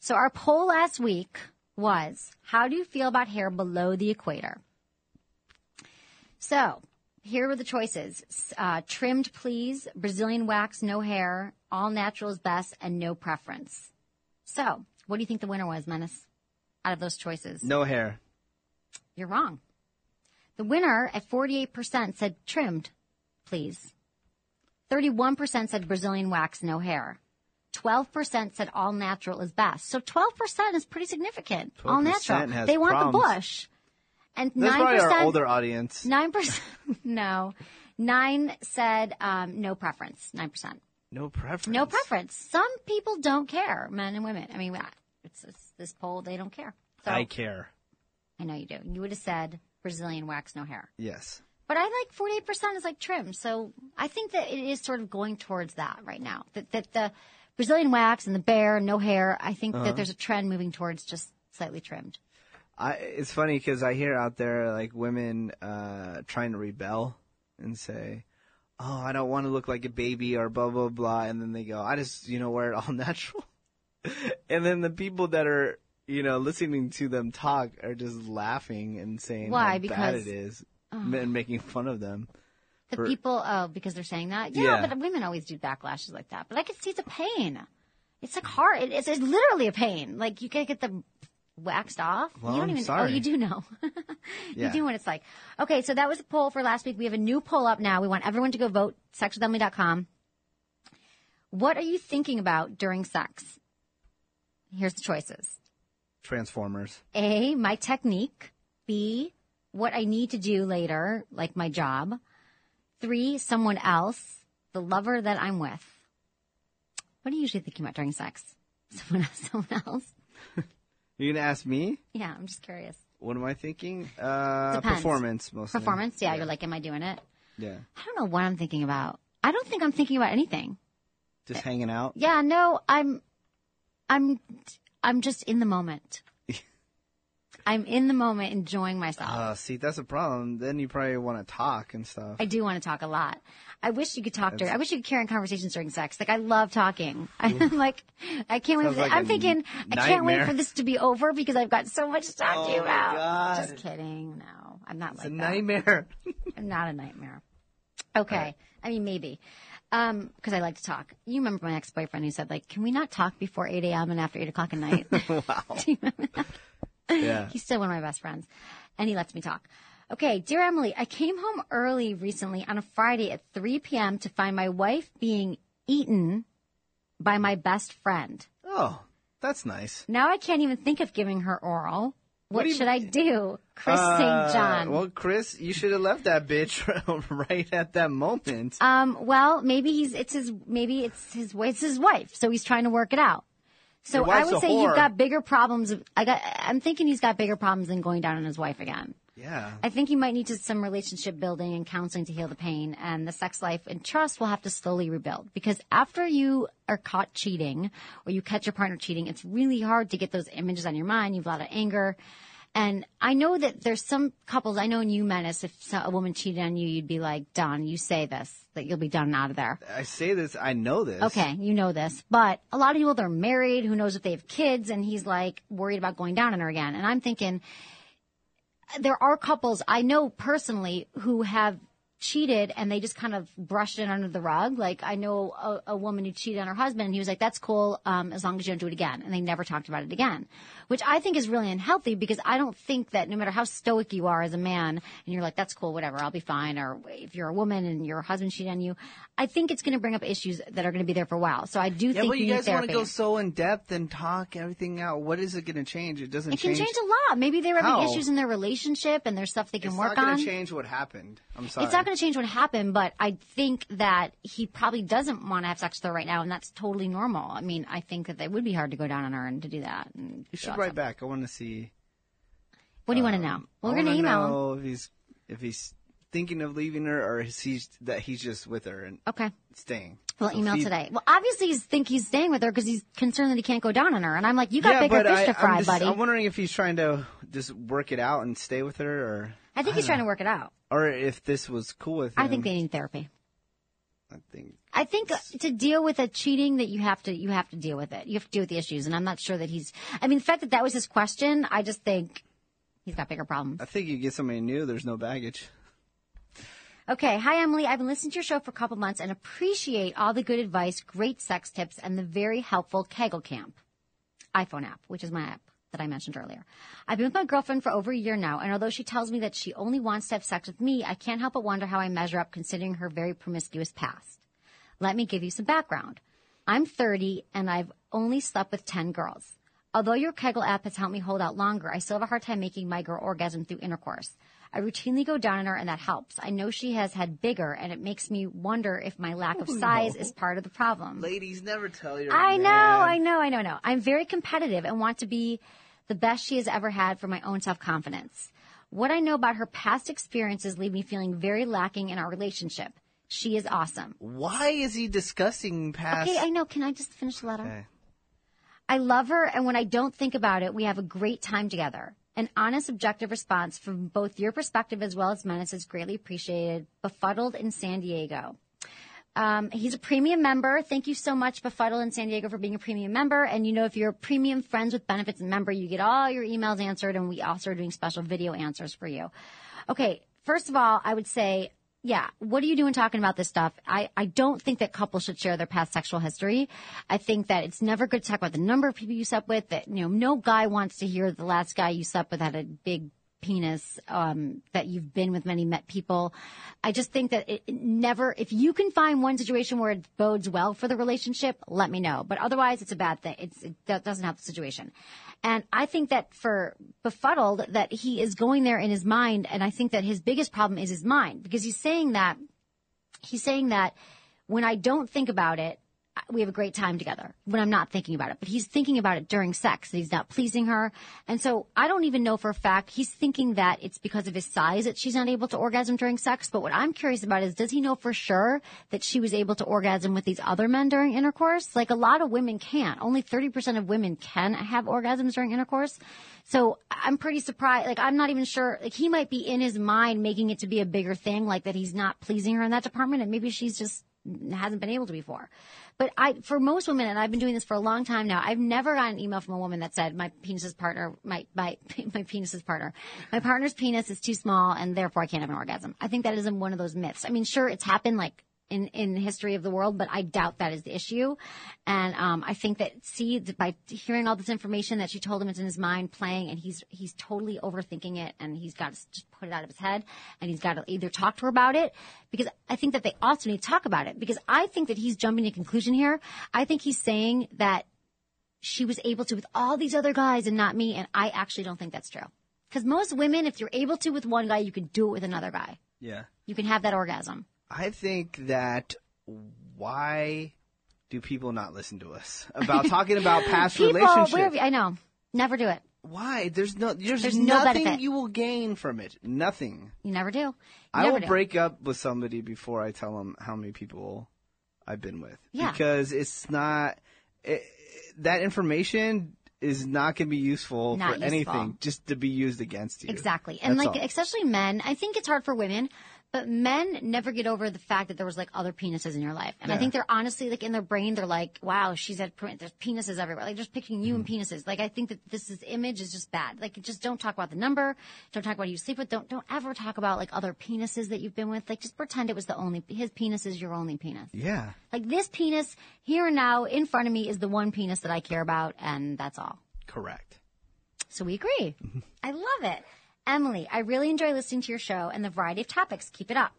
Speaker 1: So our poll last week was, how do you feel about hair below the equator? So here were the choices: S- uh, trimmed, please, Brazilian wax, no hair, all natural is best, and no preference. So, what do you think the winner was, Menace? Out of those choices,
Speaker 4: no hair.
Speaker 1: you're wrong. The winner at 48% said trimmed, please. 31% said Brazilian wax, no hair. 12% said all natural is best. So 12% is pretty significant. All
Speaker 4: 12%
Speaker 1: natural.
Speaker 4: has
Speaker 1: They want the
Speaker 4: problems.
Speaker 1: bush. And
Speaker 4: That's
Speaker 1: 9%
Speaker 4: probably our older audience.
Speaker 1: Nine percent. [laughs] No, nine said um, no preference. Nine percent.
Speaker 4: No preference.
Speaker 1: No preference. Some people don't care, men and women. I mean, I- it's, it's this poll. They don't care. So,
Speaker 4: I care.
Speaker 1: I know you do. You would have said Brazilian wax, no hair.
Speaker 4: Yes.
Speaker 1: But I like 48% is like trim. So I think that it is sort of going towards that right now. That, that the Brazilian wax and the bare and no hair, I think that there's a trend moving towards just slightly trimmed.
Speaker 4: I, it's funny because I hear out there like women uh, trying to rebel and say, "Oh, I don't want to look like a baby" or blah blah blah, and then they go, "I just you know wear it all [laughs] natural," and then the people that are you know listening to them talk are just laughing and saying
Speaker 1: Why?
Speaker 4: how bad
Speaker 1: Because-
Speaker 4: it is and making fun of them.
Speaker 1: The
Speaker 4: For-
Speaker 1: people, oh, because they're saying that?
Speaker 4: Yeah.
Speaker 1: Yeah, but women always do backlashes like that. But I can see it's a pain. It's like hard. It- It's, it's literally a pain. Like you can't get the waxed off.
Speaker 4: Well,
Speaker 1: you don't
Speaker 4: I'm
Speaker 1: even,
Speaker 4: sorry.
Speaker 1: oh, you do know. [laughs]
Speaker 4: Yeah.
Speaker 1: You do what it's like. Okay, so that was a poll for last week. We have a new poll up now. We want everyone to go vote sexwithemily.com. What are you thinking about during sex? Here's the choices.
Speaker 4: Transformers.
Speaker 1: A, my technique. B, what I need to do later, like my job. Three, someone else, the lover that I'm with. What are you usually thinking about during sex? [laughs] Someone else, someone else?
Speaker 4: You're gonna ask me
Speaker 1: Yeah, I'm just curious.
Speaker 4: what am I thinking? Uh,
Speaker 1: Depends.
Speaker 4: performance mostly.
Speaker 1: Performance? Yeah, you're like, am I doing it?
Speaker 4: Yeah,
Speaker 1: I don't know what I'm thinking about. I don't think I'm thinking about anything.
Speaker 4: just hanging out.
Speaker 1: Yeah, no, I'm, I'm, I'm just in the moment. I'm in the moment, enjoying myself.
Speaker 4: Uh, see, that's a problem. Then you probably want to talk and stuff.
Speaker 1: I do want to talk a lot. I wish you could talk during. I wish you could carry on conversations during sex. Like I love talking. [laughs] I'm like, I can't wait.
Speaker 4: Sounds
Speaker 1: For
Speaker 4: like
Speaker 1: I'm
Speaker 4: a
Speaker 1: thinking I can't wait
Speaker 4: nightmare.
Speaker 1: for this to be over because I've got so much to talk to you
Speaker 4: Oh, my
Speaker 1: about.
Speaker 4: God.
Speaker 1: Just kidding. No, I'm not
Speaker 4: It's a
Speaker 1: like that.
Speaker 4: [laughs] nightmare.
Speaker 1: I'm not a nightmare. Okay. I mean, maybe. Um, cause I like to talk. You remember my ex-boyfriend who said like, can we not talk before 8 a.m. and after 8 o'clock at
Speaker 4: [laughs]
Speaker 1: night?
Speaker 4: yeah.
Speaker 1: He's still one of my best friends, and he lets me talk. Okay, dear Emily, I came home early recently on a Friday at 3 p.m. to find my wife being eaten by my best friend.
Speaker 4: Oh, that's nice.
Speaker 1: Now I can't even think of giving her oral. What,
Speaker 4: do you-
Speaker 1: should I do? Chris
Speaker 4: Uh,
Speaker 1: St. John.
Speaker 4: Well, Chris, you should have left that bitch [laughs] right at that moment.
Speaker 1: um, well, maybe he's it's his maybe it's his it's his wife, so he's trying to work it out. So
Speaker 4: Your
Speaker 1: I
Speaker 4: wife's
Speaker 1: would
Speaker 4: a
Speaker 1: say
Speaker 4: whore.
Speaker 1: you've got bigger problems. of- I got I'm thinking he's got bigger problems than going down on his wife again.
Speaker 4: yeah.
Speaker 1: I think he might need to some relationship building and counseling to heal the pain, and the sex life and trust will have to slowly rebuild. Because after you are caught cheating or you catch your partner cheating, it's really hard to get those images on your mind. You have a lot of anger. And I know that there's some couples, I know in you, Menace, if so- a woman cheated on you, you'd be like, done, you say this, that you'll be done and out of there.
Speaker 4: I say this, I know this.
Speaker 1: Okay, you know this, but a lot of people that are married, who knows if they have kids, and he's like worried about going down on her again. And I'm thinking, there are couples I know personally who have cheated and they just kind of brushed it under the rug. Like I know a, a woman who cheated on her husband, and he was like, "That's cool, um, as long as you don't do it again." And they never talked about it again, which I think is really unhealthy because I don't think that no matter how stoic you are as a man, and you're like, "That's cool, whatever, I'll be fine," or if you're a woman and your husband cheated on you, I think it's going to bring up issues that are going to be there for a while. So I do
Speaker 4: Yeah,
Speaker 1: think
Speaker 4: well, you
Speaker 1: need
Speaker 4: guys
Speaker 1: therapy.
Speaker 4: want to go so in depth and talk everything out. What is it going to change? It doesn't
Speaker 1: it can change a lot. Maybe they're having
Speaker 4: How?
Speaker 1: issues in their relationship and there's stuff they can
Speaker 4: it's
Speaker 1: work
Speaker 4: not
Speaker 1: on.
Speaker 4: to change what happened. I'm sorry.
Speaker 1: It's not going to change what happened, but I think that he probably doesn't want to have sex with her right now, and that's totally normal. I mean, I think that it would be hard to go down on her and to do that. And
Speaker 4: You should
Speaker 1: do
Speaker 4: write
Speaker 1: that.
Speaker 4: back. I want to see.
Speaker 1: What do you want to know? Well,
Speaker 4: I
Speaker 1: we're going
Speaker 4: wanna
Speaker 1: to email him.
Speaker 4: know if he's if he's thinking of leaving her or is he that he's just with her and
Speaker 1: Okay.
Speaker 4: staying.
Speaker 1: Oh. We'll
Speaker 4: So
Speaker 1: email
Speaker 4: see-
Speaker 1: today. Well, obviously, he's think he's staying with her because he's concerned that he can't go down on her. And I'm like, you got
Speaker 4: yeah,
Speaker 1: bigger
Speaker 4: but
Speaker 1: fish
Speaker 4: I,
Speaker 1: to fry,
Speaker 4: I'm, just,
Speaker 1: buddy.
Speaker 4: I'm wondering if he's trying to just work it out and stay with her, or
Speaker 1: I think he's trying to work it out.
Speaker 4: or if this was cool with him.
Speaker 1: I think they need therapy.
Speaker 4: I think
Speaker 1: I think uh, to deal with a cheating that you have to you have to deal with it. You have to deal with the issues, and I'm not sure that he's. I mean, the fact that that was his question, I just think he's got bigger problems.
Speaker 4: I think you get somebody new. There's no baggage.
Speaker 1: Okay. Hi, Emily. I've been listening to your show for a couple months and appreciate all the good advice, great sex tips, and the very helpful Kegel Camp iPhone app, which is my app that I mentioned earlier. I've been with my girlfriend for over a year now, and although she tells me that she only wants to have sex with me, I can't help but wonder how I measure up considering her very promiscuous past. Let me give you some background. I'm 30 and I've only slept with 10 girls. Although your Kegel app has helped me hold out longer, I still have a hard time making my girl orgasm through intercourse. I routinely go down on her and that helps. I know she has had bigger and it makes me wonder if my lack of size is part of the problem.
Speaker 4: Ladies never tell your.
Speaker 1: I know, I know, I know, I know. I'm very competitive and want to be the best she has ever had for my own self confidence. What I know about her past experiences leave me feeling very lacking in our relationship. She is awesome.
Speaker 4: Why is he discussing past?
Speaker 1: Okay, I know. Can I just finish the letter?
Speaker 4: Okay.
Speaker 1: I love her, and when I don't think about it, we have a great time together. An honest, objective response from both your perspective as well as mine is greatly appreciated. Befuddled in San Diego. Um, he's a premium member. Thank you so much, Befuddled in San Diego, for being a premium member. And you know, if you're a premium friends with benefits member, you get all your emails answered, and we also are doing special video answers for you. Okay, first of all, I would say, yeah, what are you doing talking about this stuff? I, I don't think that couples should share their past sexual history. I think that it's never good to talk about the number of people you slept with. That you know, no guy wants to hear the last guy you slept with had a big penis um, that you've been with many met people. I just think that it, it never, if you can find one situation where it bodes well for the relationship, let me know. But otherwise, it's a bad thing. It's, it that doesn't help the situation. And I think that for befuddled that he is going there in his mind, and I think that his biggest problem is his mind because he's saying that he's saying that when I don't think about it, I- we have a great time together when I'm not thinking about it. But he's thinking about it during sex and he's not pleasing her. And so I don't even know for a fact. He's thinking that it's because of his size that she's not able to orgasm during sex. But what I'm curious about is does he know for sure that she was able to orgasm with these other men during intercourse? Like a lot of women can't. Only 30% of women can have orgasms during intercourse. So I'm pretty surprised. Like I'm not even sure. Like he might be in his mind making it to be a bigger thing, like that he's not pleasing her in that department. And maybe she's just hasn't been able to before. But I, for most women, and I've been doing this for a long time now, I've never gotten an email from a woman that said, my penis's partner, my, my, [laughs] my penis's partner, my partner's penis is too small and therefore I can't have an orgasm. I think that is one of those myths. I mean, sure, it's happened like in, in the history of the world, but I doubt that is the issue. And, um, I think that see, by hearing all this information that she told him it's in his mind playing and he's, he's totally overthinking it and he's got to just put it out of his head and he's got to either talk to her about it because I think that they also need to talk about it because I think that he's jumping to conclusion here. I think he's saying that she was able to with all these other guys and not me. And I actually don't think that's true. Because most women, if you're able to with one guy, you can do it with another guy.
Speaker 4: Yeah.
Speaker 1: You can have that orgasm.
Speaker 4: I think that why do people not listen to us
Speaker 1: [laughs]
Speaker 4: about talking about past
Speaker 1: People,
Speaker 4: relationships?
Speaker 1: where have you- I know. Never do it.
Speaker 4: why? There's no there's,
Speaker 1: There's no
Speaker 4: nothing
Speaker 1: benefit.
Speaker 4: you will gain from it. Nothing.
Speaker 1: You never do. You
Speaker 4: I
Speaker 1: never
Speaker 4: will
Speaker 1: do.
Speaker 4: break up with somebody before I tell them how many people I've been with.
Speaker 1: Yeah.
Speaker 4: Because it's not it, that information is not going to be useful
Speaker 1: Not
Speaker 4: for
Speaker 1: useful.
Speaker 4: anything just to be used against you.
Speaker 1: Exactly. And
Speaker 4: That's
Speaker 1: like,
Speaker 4: all.
Speaker 1: especially men, I think it's hard for women, but men never get over the fact that there was like other penises in your life. And I think they're honestly like in their brain, they're like, wow, she's at, pre- there's penises everywhere. Like just picking you and
Speaker 4: Mm-hmm.
Speaker 1: penises. Like I think that this is, image is just bad. Like just don't talk about the number. Don't talk about who you sleep with. Don't, don't ever talk about like other penises that you've been with. Like just pretend it was the only, his penis is your only penis.
Speaker 4: Yeah.
Speaker 1: Like this penis here and now in front of me is the one penis that I care about and that's all.
Speaker 4: Correct.
Speaker 1: So we agree. I love it. Emily, I really enjoy listening to your show and the variety of topics. Keep it up.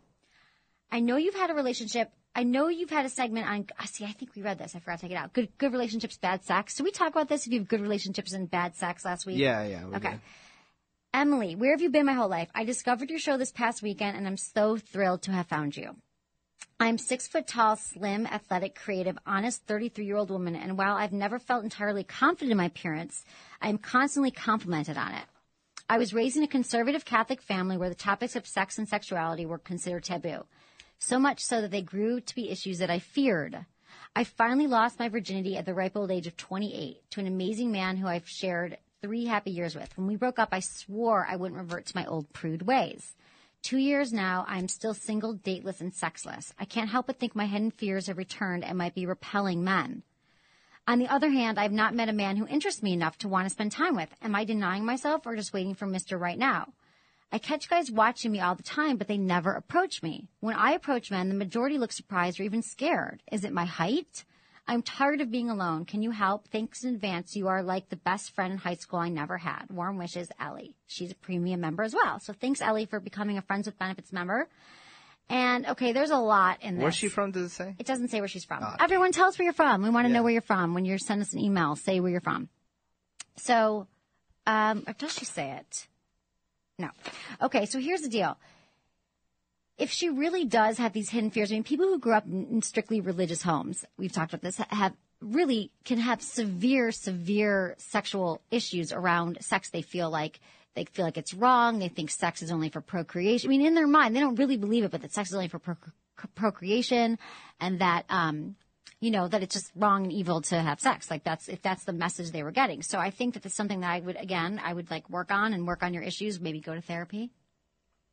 Speaker 1: I know you've had a relationship. I know you've had a segment on. ah, See, I think we read this. I forgot to take it out. Good, good relationships, bad sex. Did we talk about this? If you have good relationships and bad sex last week.
Speaker 4: Yeah, Oh, yeah. we
Speaker 1: Okay.
Speaker 4: did.
Speaker 1: Emily, where have you been my whole life? I discovered your show this past weekend and I'm so thrilled to have found you. I'm six foot tall, slim, athletic, creative, honest 33 year old woman, and while I've never felt entirely confident in my appearance, I am constantly complimented on it. I was raised in a conservative Catholic family where the topics of sex and sexuality were considered taboo, so much so that they grew to be issues that I feared. I finally lost my virginity at the ripe old age of 28 to an amazing man who I've shared three happy years with. When we broke up, I swore I wouldn't revert to my old prude ways. Two years now, I'm still single, dateless, and sexless. I can't help but think my hidden fears have returned and might be repelling men. On the other hand, I've not met a man who interests me enough to want to spend time with. Am I denying myself or just waiting for Mr. Right Now? I catch guys watching me all the time, but they never approach me. When I approach men, the majority look surprised or even scared. Is it my height? I'm tired of being alone. Can you help? Thanks in advance. You are like the best friend in high school I never had. Warm wishes, Ellie. She's a premium member as well. So thanks, Ellie, for becoming a Friends with Benefits member. And okay, there's a lot in this.
Speaker 4: Where's she from? Does it say?
Speaker 1: It doesn't say where she's from. Everyone, tell us where you're from. We want to
Speaker 4: Yeah.
Speaker 1: know where you're from. When you send us an email, say where you're from. So, um, or does she say it? No. Okay, so here's the deal. If she really does have these hidden fears, I mean, people who grew up in in strictly religious homes, we've talked about this, ha- have really can have severe, severe sexual issues around sex. They feel like They feel like it's wrong. They think sex is only for procreation. I mean, in their mind, they don't really believe it, but that sex is only for proc- procreation and that, um, you know, that it's just wrong and evil to have sex. Like that's, if that's the message they were getting. So I think that that's something that I would, again, I would like work on and work on your issues, maybe go to therapy.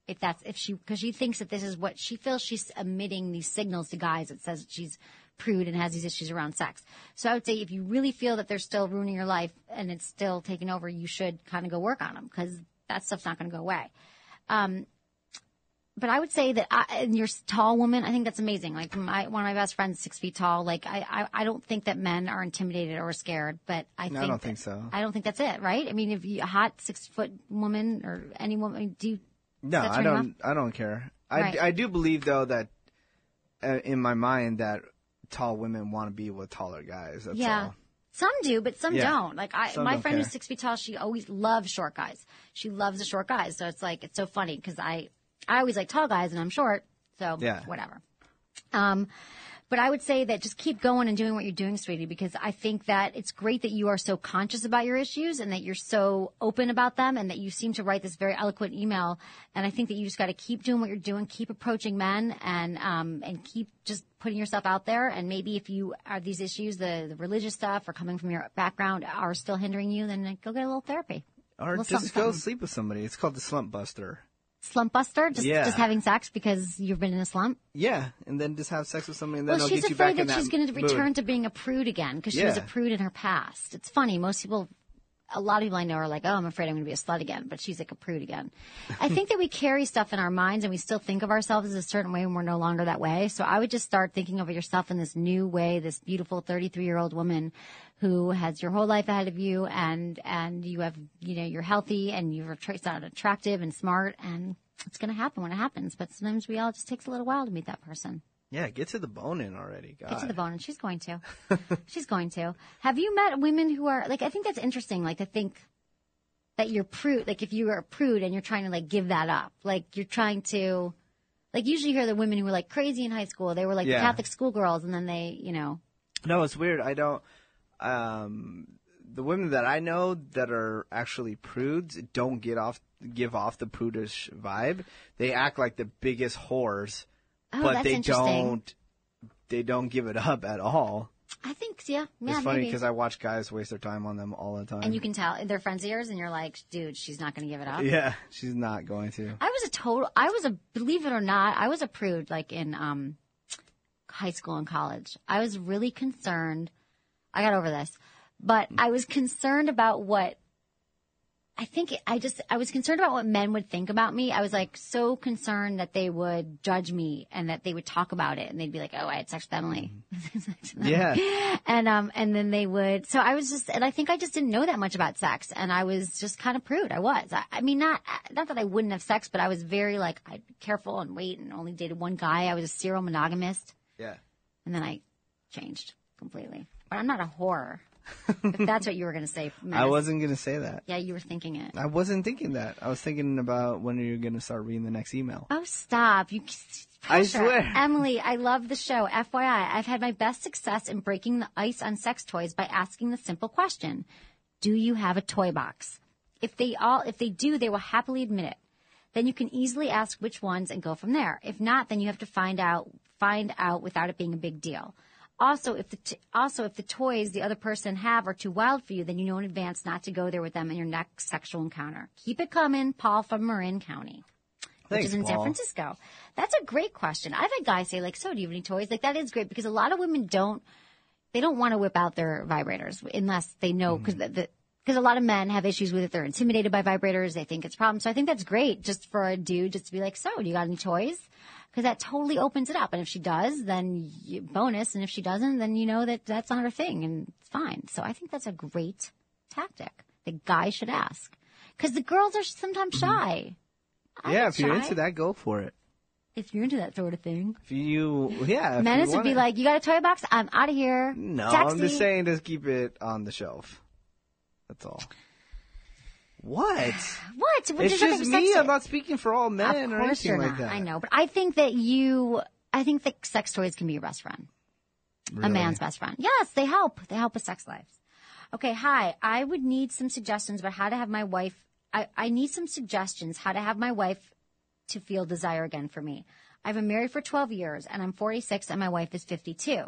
Speaker 1: If that's, if she, cause she thinks that this is what she feels she's emitting these signals to guys that says she's prude and has these issues around sex. So I would say if you really feel that they're still ruining your life and it's still taking over, you should kind of go work on them cause that stuff's not going to go away. Um, but I would say that I, and you're a tall woman. I think that's amazing. Like my, one of my best friends, six feet tall. Like I, I, I don't think that men are intimidated or scared, but I
Speaker 4: No, I
Speaker 1: think
Speaker 4: don't think
Speaker 1: that-
Speaker 4: so.
Speaker 1: I don't think that's it, right? I mean, if you a hot six foot woman or any woman, do you,
Speaker 4: No,
Speaker 1: that
Speaker 4: I
Speaker 1: turn you
Speaker 4: don't. I don't care. I,
Speaker 1: Right.
Speaker 4: I do believe though that uh, in my mind that tall women want to be with taller guys. That's
Speaker 1: yeah.
Speaker 4: all.
Speaker 1: Some do, but some
Speaker 4: Yeah.
Speaker 1: don't. Like I,
Speaker 4: Some
Speaker 1: my
Speaker 4: don't
Speaker 1: friend who's
Speaker 4: care.
Speaker 1: six feet tall, she always loves short guys. She loves the short guys. So it's like it's so funny because I, I always like tall guys and I'm short, so
Speaker 4: Yeah.
Speaker 1: whatever. Um, but I would say that just keep going and doing what you're doing, sweetie, because I think that it's great that you are so conscious about your issues and that you're so open about them and that you seem to write this very eloquent email. And I think that you just got to keep doing what you're doing, keep approaching men and, um, and keep just putting yourself out there. And maybe if you are these issues, the, the religious stuff or coming from your background are still hindering you, then like, go get a little therapy.
Speaker 4: Or
Speaker 1: Well,
Speaker 4: just
Speaker 1: something-
Speaker 4: go sleep with somebody. It's called the slump buster.
Speaker 1: Slump buster, just,
Speaker 4: Yeah.
Speaker 1: just having sex because you've been in a slump.
Speaker 4: Yeah, and then just have sex with somebody, and then
Speaker 1: well,
Speaker 4: I'll
Speaker 1: she's
Speaker 4: get you
Speaker 1: afraid
Speaker 4: back
Speaker 1: that,
Speaker 4: in that
Speaker 1: she's going to
Speaker 4: mood.
Speaker 1: return to being a prude again because she was a
Speaker 4: Yeah.
Speaker 1: prude in her past. It's funny. Most people, a lot of people I know are like, "Oh, I'm afraid I'm going to be a slut again," but she's like a prude
Speaker 4: [laughs]
Speaker 1: again. I think that we carry stuff in our minds and we still think of ourselves as a certain way, and we're no longer that way. So I would just start thinking of yourself in this new way. This beautiful 33 year old woman who has your whole life ahead of you, and and you have you know you're healthy and you're attra- sound attractive and smart and. It's going to happen when it happens, but sometimes we all it just takes a little while to meet that person.
Speaker 4: Yeah, get to the bone in already. God.
Speaker 1: Get to the bone, and she's going
Speaker 4: [laughs]
Speaker 1: to. she's going to. Have you met women who are like? I think that's interesting. Like to think that you're prude. Like if you were a prude and you're trying to like give that up, like you're trying to. Like usually, you hear the women who were like crazy in high school. They were like
Speaker 4: Yeah.
Speaker 1: the Catholic schoolgirls, and then they, you know,
Speaker 4: No, it's weird. I don't. Um, the women that I know that are actually prudes don't get off give off the prudish vibe. They act like the biggest whores,
Speaker 1: oh,
Speaker 4: but
Speaker 1: that's
Speaker 4: they
Speaker 1: interesting.
Speaker 4: don't. They don't give it up at all.
Speaker 1: I think, yeah, yeah,
Speaker 4: it's funny
Speaker 1: maybe.
Speaker 4: because I watch guys waste their time on them all the time.
Speaker 1: and you can tell they're friends of yours, and you're like, dude, she's not going to give it up.
Speaker 4: yeah, she's not going
Speaker 1: [laughs]
Speaker 4: to.
Speaker 1: I was a total. I was a believe it or not. I was a prude like in um, high school and college. I was really concerned. I got over this, but I was concerned about what. I think I just I was concerned about what men would think about me. I was like so concerned that they would judge me and that they would talk about it and they'd be like, "Oh, I had sex with Emily."
Speaker 4: Yeah,
Speaker 1: and um and then they would so i was just and i think i just didn't know that much about sex and i was just kind of prude i was i, I mean not not that i wouldn't have sex but i was very like i'd be careful and wait and only dated one guy i was a serial monogamist
Speaker 4: yeah.
Speaker 1: and then i changed completely but i'm not a whore
Speaker 4: [laughs]
Speaker 1: if that's what you were going to say Matt.
Speaker 4: I wasn't gonna say that.
Speaker 1: yeah you were thinking it
Speaker 4: I wasn't thinking that. I was thinking about when you're gonna start reading the next email.
Speaker 1: Oh, stop. You
Speaker 4: I
Speaker 1: pressure.
Speaker 4: swear.
Speaker 1: Emily, I love the show. FYI, I've had my best success in breaking the ice on sex toys by asking the simple question. Do you have a toy box? If they all if they do, they will happily admit it. Then you can easily ask which ones and go from there. If not, then you have to find out find out without it being a big deal. Also, if the t- also if the toys the other person have are too wild for you, then you know in advance not to go there with them in your next sexual encounter. Keep it coming, Paul from Marin County
Speaker 4: Thanks,
Speaker 1: which is in San
Speaker 4: Paul.
Speaker 1: Francisco. That's a great question. I've had guys say like, "So do you have any toys?" Like that is great because a lot of women don't. They don't want to whip out their vibrators unless they know because
Speaker 4: Mm-hmm.
Speaker 1: the. Because a lot of men have issues with it. They're intimidated by vibrators. They think it's a problem. So I think that's great just for a dude just to be like, so do you got any toys? Because that totally opens it up. And if she does, then you, bonus. And if she doesn't, then you know that that's not her thing and it's fine. So I think that's a great tactic. The guy should ask. Because the girls are sometimes shy. I'm
Speaker 4: Mm-hmm. yeah,
Speaker 1: not
Speaker 4: if you're
Speaker 1: shy
Speaker 4: into that, go for it.
Speaker 1: if you're into that sort of thing.
Speaker 4: If you, yeah, if
Speaker 1: Menace
Speaker 4: you
Speaker 1: would
Speaker 4: want
Speaker 1: be
Speaker 4: it.
Speaker 1: like, "You got a toy box? I'm out of here."
Speaker 4: No,
Speaker 1: Text
Speaker 4: I'm just
Speaker 1: me."
Speaker 4: saying, just keep it on the shelf. That's all.
Speaker 1: [sighs]
Speaker 4: What?
Speaker 1: What? What
Speaker 4: it's
Speaker 1: does that have
Speaker 4: just
Speaker 1: sex
Speaker 4: me.
Speaker 1: to-
Speaker 4: I'm not speaking for all
Speaker 1: Of
Speaker 4: men or
Speaker 1: course
Speaker 4: anything
Speaker 1: you're not.
Speaker 4: like that.
Speaker 1: I know, but I think that you. I think that sex toys can be your best friend,
Speaker 4: Really.
Speaker 1: a man's best friend. Yes, they help. They help with sex lives. Okay, hi. I would need some suggestions about how to have my wife I, I need some suggestions how to have my wife to feel desire again for me. I've been married for 12 years and I'm 46 and my wife is 52.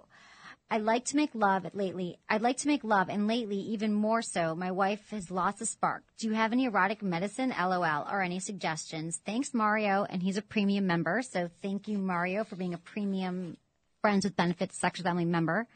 Speaker 1: I like to make love at lately. I'd like to make love and lately even more so. My wife has lost the spark. Do you have any erotic medicine, LOL, or any suggestions? Thanks, Mario. And he's a premium member. So thank you, Mario, for being a premium friends with benefits, sex family member.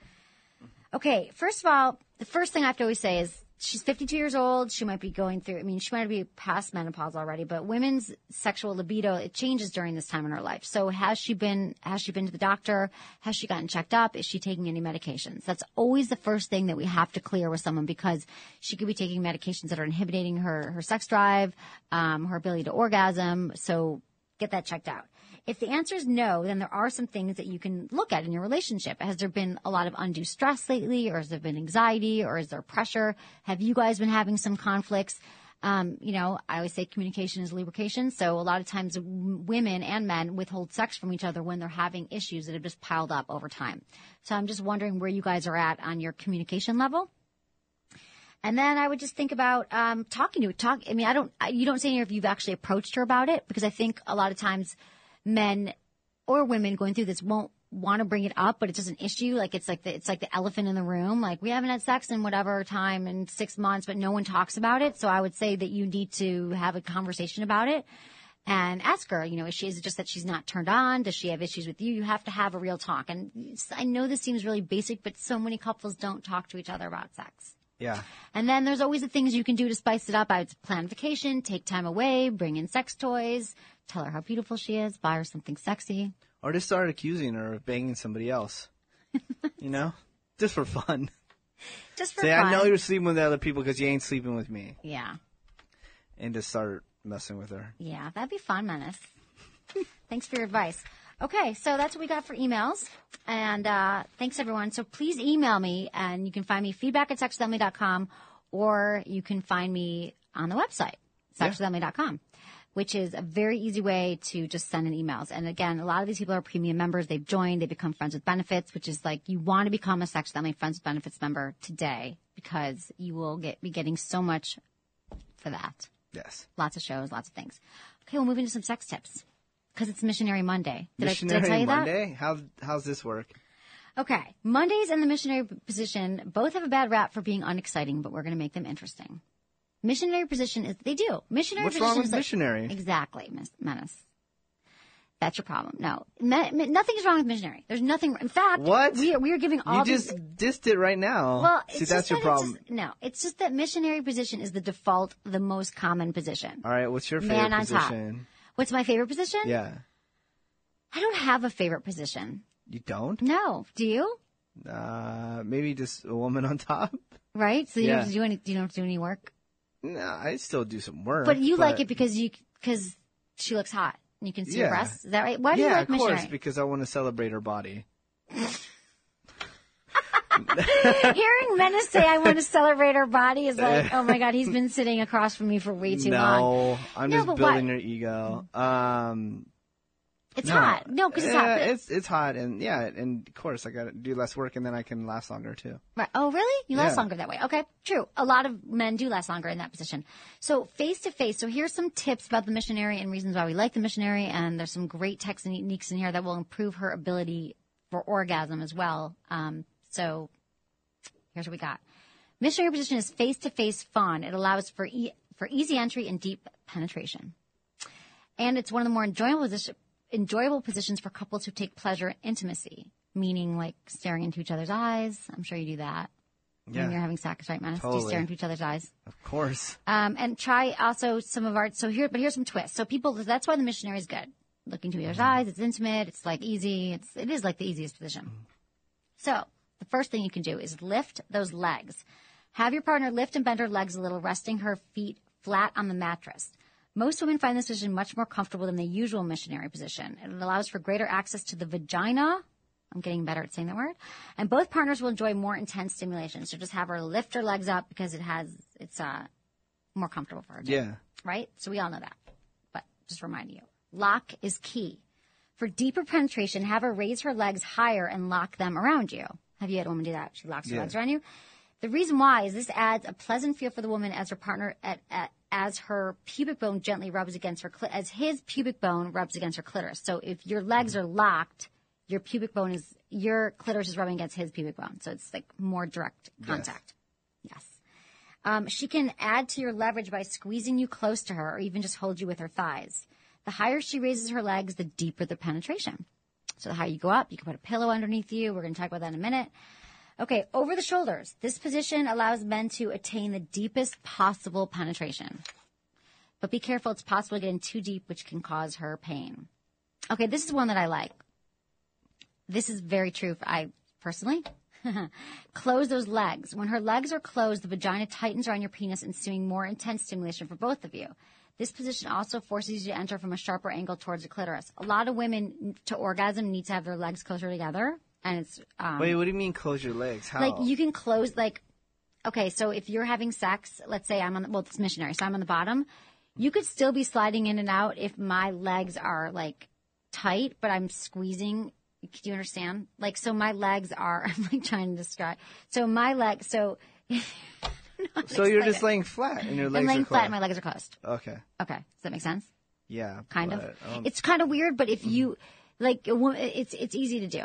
Speaker 1: Okay, first of all, the first thing I have to always say is she's 52 years old. She might be going through, I mean, she might be past menopause already, but women's sexual libido, it changes during this time in her life. So has she been, has she been to the doctor? Has she gotten checked up? Is she taking any medications? That's always the first thing that we have to clear with someone because she could be taking medications that are inhibiting her, her sex drive, um, her ability to orgasm. So get that checked out. If the answer is no, then there are some things that you can look at in your relationship. Has there been a lot of undue stress lately, or has there been anxiety, or is there pressure? Have you guys been having some conflicts? Um, you know, I always say communication is lubrication. So a lot of times, w- women and men withhold sex from each other when they're having issues that have just piled up over time. So I'm just wondering where you guys are at on your communication level. And then I would just think about um, talking to her. Talk. I mean, I don't. I- You don't say here if you've actually approached her about it because I think a lot of times men or women going through this won't want to bring it up, but it's just an issue. Like it's like the, it's like the elephant in the room. Like we haven't had sex in whatever time in six months, but no one talks about it. So I would say that you need to have a conversation about it and ask her, you know, is she, is it just that she's not turned on? Does she have issues with you? You have to have a real talk. And it's- I know this seems really basic, but so many couples don't talk to each other about sex.
Speaker 4: Yeah.
Speaker 1: And then there's always the things you can do to spice it up. I would plan vacation, take time away, bring in sex toys, tell her how beautiful she is, buy her something sexy.
Speaker 4: Or just start accusing her of banging somebody else. you
Speaker 1: [laughs]
Speaker 4: know? Just for fun.
Speaker 1: Just for
Speaker 4: Say,
Speaker 1: fun.
Speaker 4: I know you're sleeping with other people because you ain't sleeping with me.
Speaker 1: yeah,
Speaker 4: And just start messing with her.
Speaker 1: yeah, that'd be fun, Menace. [laughs] thanks for your advice. Okay, so that's what we got for emails. And uh, thanks, everyone. So please email me, and you can find me feedback at sexwithemily.com, or you can find me on the website, sexwithemily.com. Which is a very easy way to just send in emails. And again, a lot of these people are premium members. They've joined, they become friends with benefits, which is like you want to become a Sex with Emily Friends with Benefits member today because you will get be getting so much for that
Speaker 4: Yes.
Speaker 1: lots of shows, lots of things. Okay, we'll move into some sex tips because it's Missionary Monday. Did,
Speaker 4: Missionary
Speaker 1: I, did I tell you that?
Speaker 4: Monday? How, how's this work?
Speaker 1: Okay, Mondays and the missionary position both have a bad rap for being unexciting, but we're going to make them interesting. Missionary position is they do missionary.
Speaker 4: What's
Speaker 1: position
Speaker 4: wrong with
Speaker 1: is like-
Speaker 4: missionary?
Speaker 1: Exactly, Miss Menace. That's your problem. No, me, me- nothing is wrong with missionary. There's nothing. In fact,
Speaker 4: What?
Speaker 1: we are, we are giving all
Speaker 4: You
Speaker 1: these-
Speaker 4: just dissed it right now.
Speaker 1: well,
Speaker 4: See,
Speaker 1: it's just
Speaker 4: that's your
Speaker 1: that it's
Speaker 4: problem.
Speaker 1: just- no, it's just that missionary position is the default, the most common position.
Speaker 4: All right, what's your favorite
Speaker 1: Man on top.
Speaker 4: position?
Speaker 1: What's my favorite position?
Speaker 4: Yeah.
Speaker 1: I don't have a favorite position.
Speaker 4: You don't?
Speaker 1: No, do you?
Speaker 4: Uh, maybe just a woman on top? [laughs]
Speaker 1: Right? So you
Speaker 4: Yeah.
Speaker 1: don't have to do any. You don't have to do any work.
Speaker 4: No, I still do some work.
Speaker 1: But you like it because you because she looks hot and you can see her
Speaker 4: Yeah.
Speaker 1: breasts. Is that right? Why do
Speaker 4: yeah,
Speaker 1: you like
Speaker 4: of course,
Speaker 1: missionary?
Speaker 4: because I want to celebrate her body.
Speaker 1: Hearing Menace say I
Speaker 4: [laughs]
Speaker 1: want to celebrate her body is like, oh my god, he's been sitting across from me for way too
Speaker 4: no,
Speaker 1: long.
Speaker 4: I'm
Speaker 1: No,
Speaker 4: just
Speaker 1: but
Speaker 4: building
Speaker 1: why?
Speaker 4: your ego. Um,
Speaker 1: It's
Speaker 4: no.
Speaker 1: hot. No, because it's hot.
Speaker 4: Yeah,
Speaker 1: but-
Speaker 4: It's it's hot, and yeah, and of course I got to do less work, and then I can last longer too.
Speaker 1: Right. Oh, really? You last
Speaker 4: Yeah.
Speaker 1: longer that way. Okay, true. A lot of men do last longer in that position. So face to face. So here's some tips about the missionary and reasons why we like the missionary. And there's some great techniques in here that will improve her ability for orgasm as well. Um, so here's what we got. Missionary position is face to face fun. It allows for e- for easy entry and deep penetration, and it's one of the more enjoyable position- enjoyable positions for couples who take pleasure in intimacy, meaning like staring into each other's eyes. I'm sure you do that
Speaker 4: Yeah,
Speaker 1: when you're having sex, right, Menace? Do you
Speaker 4: Totally.
Speaker 1: stare into each other's eyes?
Speaker 4: of
Speaker 1: [laughs]
Speaker 4: course.
Speaker 1: Um, and try also some of our so here, but here's some twists. So people, that's why the missionary is good. Look into each other's
Speaker 4: Mm-hmm.
Speaker 1: eyes. It's intimate. It's like easy. It's it is like the easiest position. So the first thing you can do is lift those legs. Have your partner lift and bend her legs a little, resting her feet flat on the mattress. Most women find this position much more comfortable than the usual missionary position. It allows for greater access to the vagina. I'm getting better at saying that word. And both partners will enjoy more intense stimulation. So just have her lift her legs up because it has it's uh more comfortable for her. too
Speaker 4: Yeah,
Speaker 1: right? So we all know that. But just remind you, lock is key. For deeper penetration, have her raise her legs higher and lock them around you. Have you had a woman do that? She locks her
Speaker 4: Yeah.
Speaker 1: legs around you. The reason why is this adds a pleasant feel for the woman as her partner at, at as her pubic bone gently rubs against her cli- as his pubic bone rubs against her clitoris. So if your legs are locked, your pubic bone is your clitoris is rubbing against his pubic bone. So it's like more direct contact. Yes. Um, she can add to your leverage by squeezing you close to her or even just hold you with her thighs. The higher she raises her legs, the deeper the penetration. So the higher you go up, you can put a pillow underneath you. We're going to talk about that in a minute. Okay, over the shoulders. This position allows men to attain the deepest possible penetration. But be careful, it's possible to get in too deep, which can cause her pain. Okay, this is one that I like. This is very true for I personally. [laughs] Close those legs. When her legs are closed, the vagina tightens around your penis, ensuing more intense stimulation for both of you. This position also forces you to enter from a sharper angle towards the clitoris. A lot of women to orgasm need to have their legs closer together, and it's um,
Speaker 4: Wait, what do you mean close your legs? How?
Speaker 1: like you can close like okay so if you're having sex let's say i'm on the, well it's missionary so i'm on the bottom you could still be sliding in and out if my legs are like tight but i'm squeezing do you understand like so my legs are [laughs] i'm like trying to describe so my leg so
Speaker 4: so you're just laying flat and your legs
Speaker 1: i'm laying
Speaker 4: are
Speaker 1: flat
Speaker 4: closed.
Speaker 1: and my legs are closed
Speaker 4: okay.
Speaker 1: okay does that make sense
Speaker 4: Yeah.
Speaker 1: kind
Speaker 4: but,
Speaker 1: of
Speaker 4: um,
Speaker 1: it's kind of weird but
Speaker 4: Mm-hmm.
Speaker 1: if you like a woman it's it's easy to do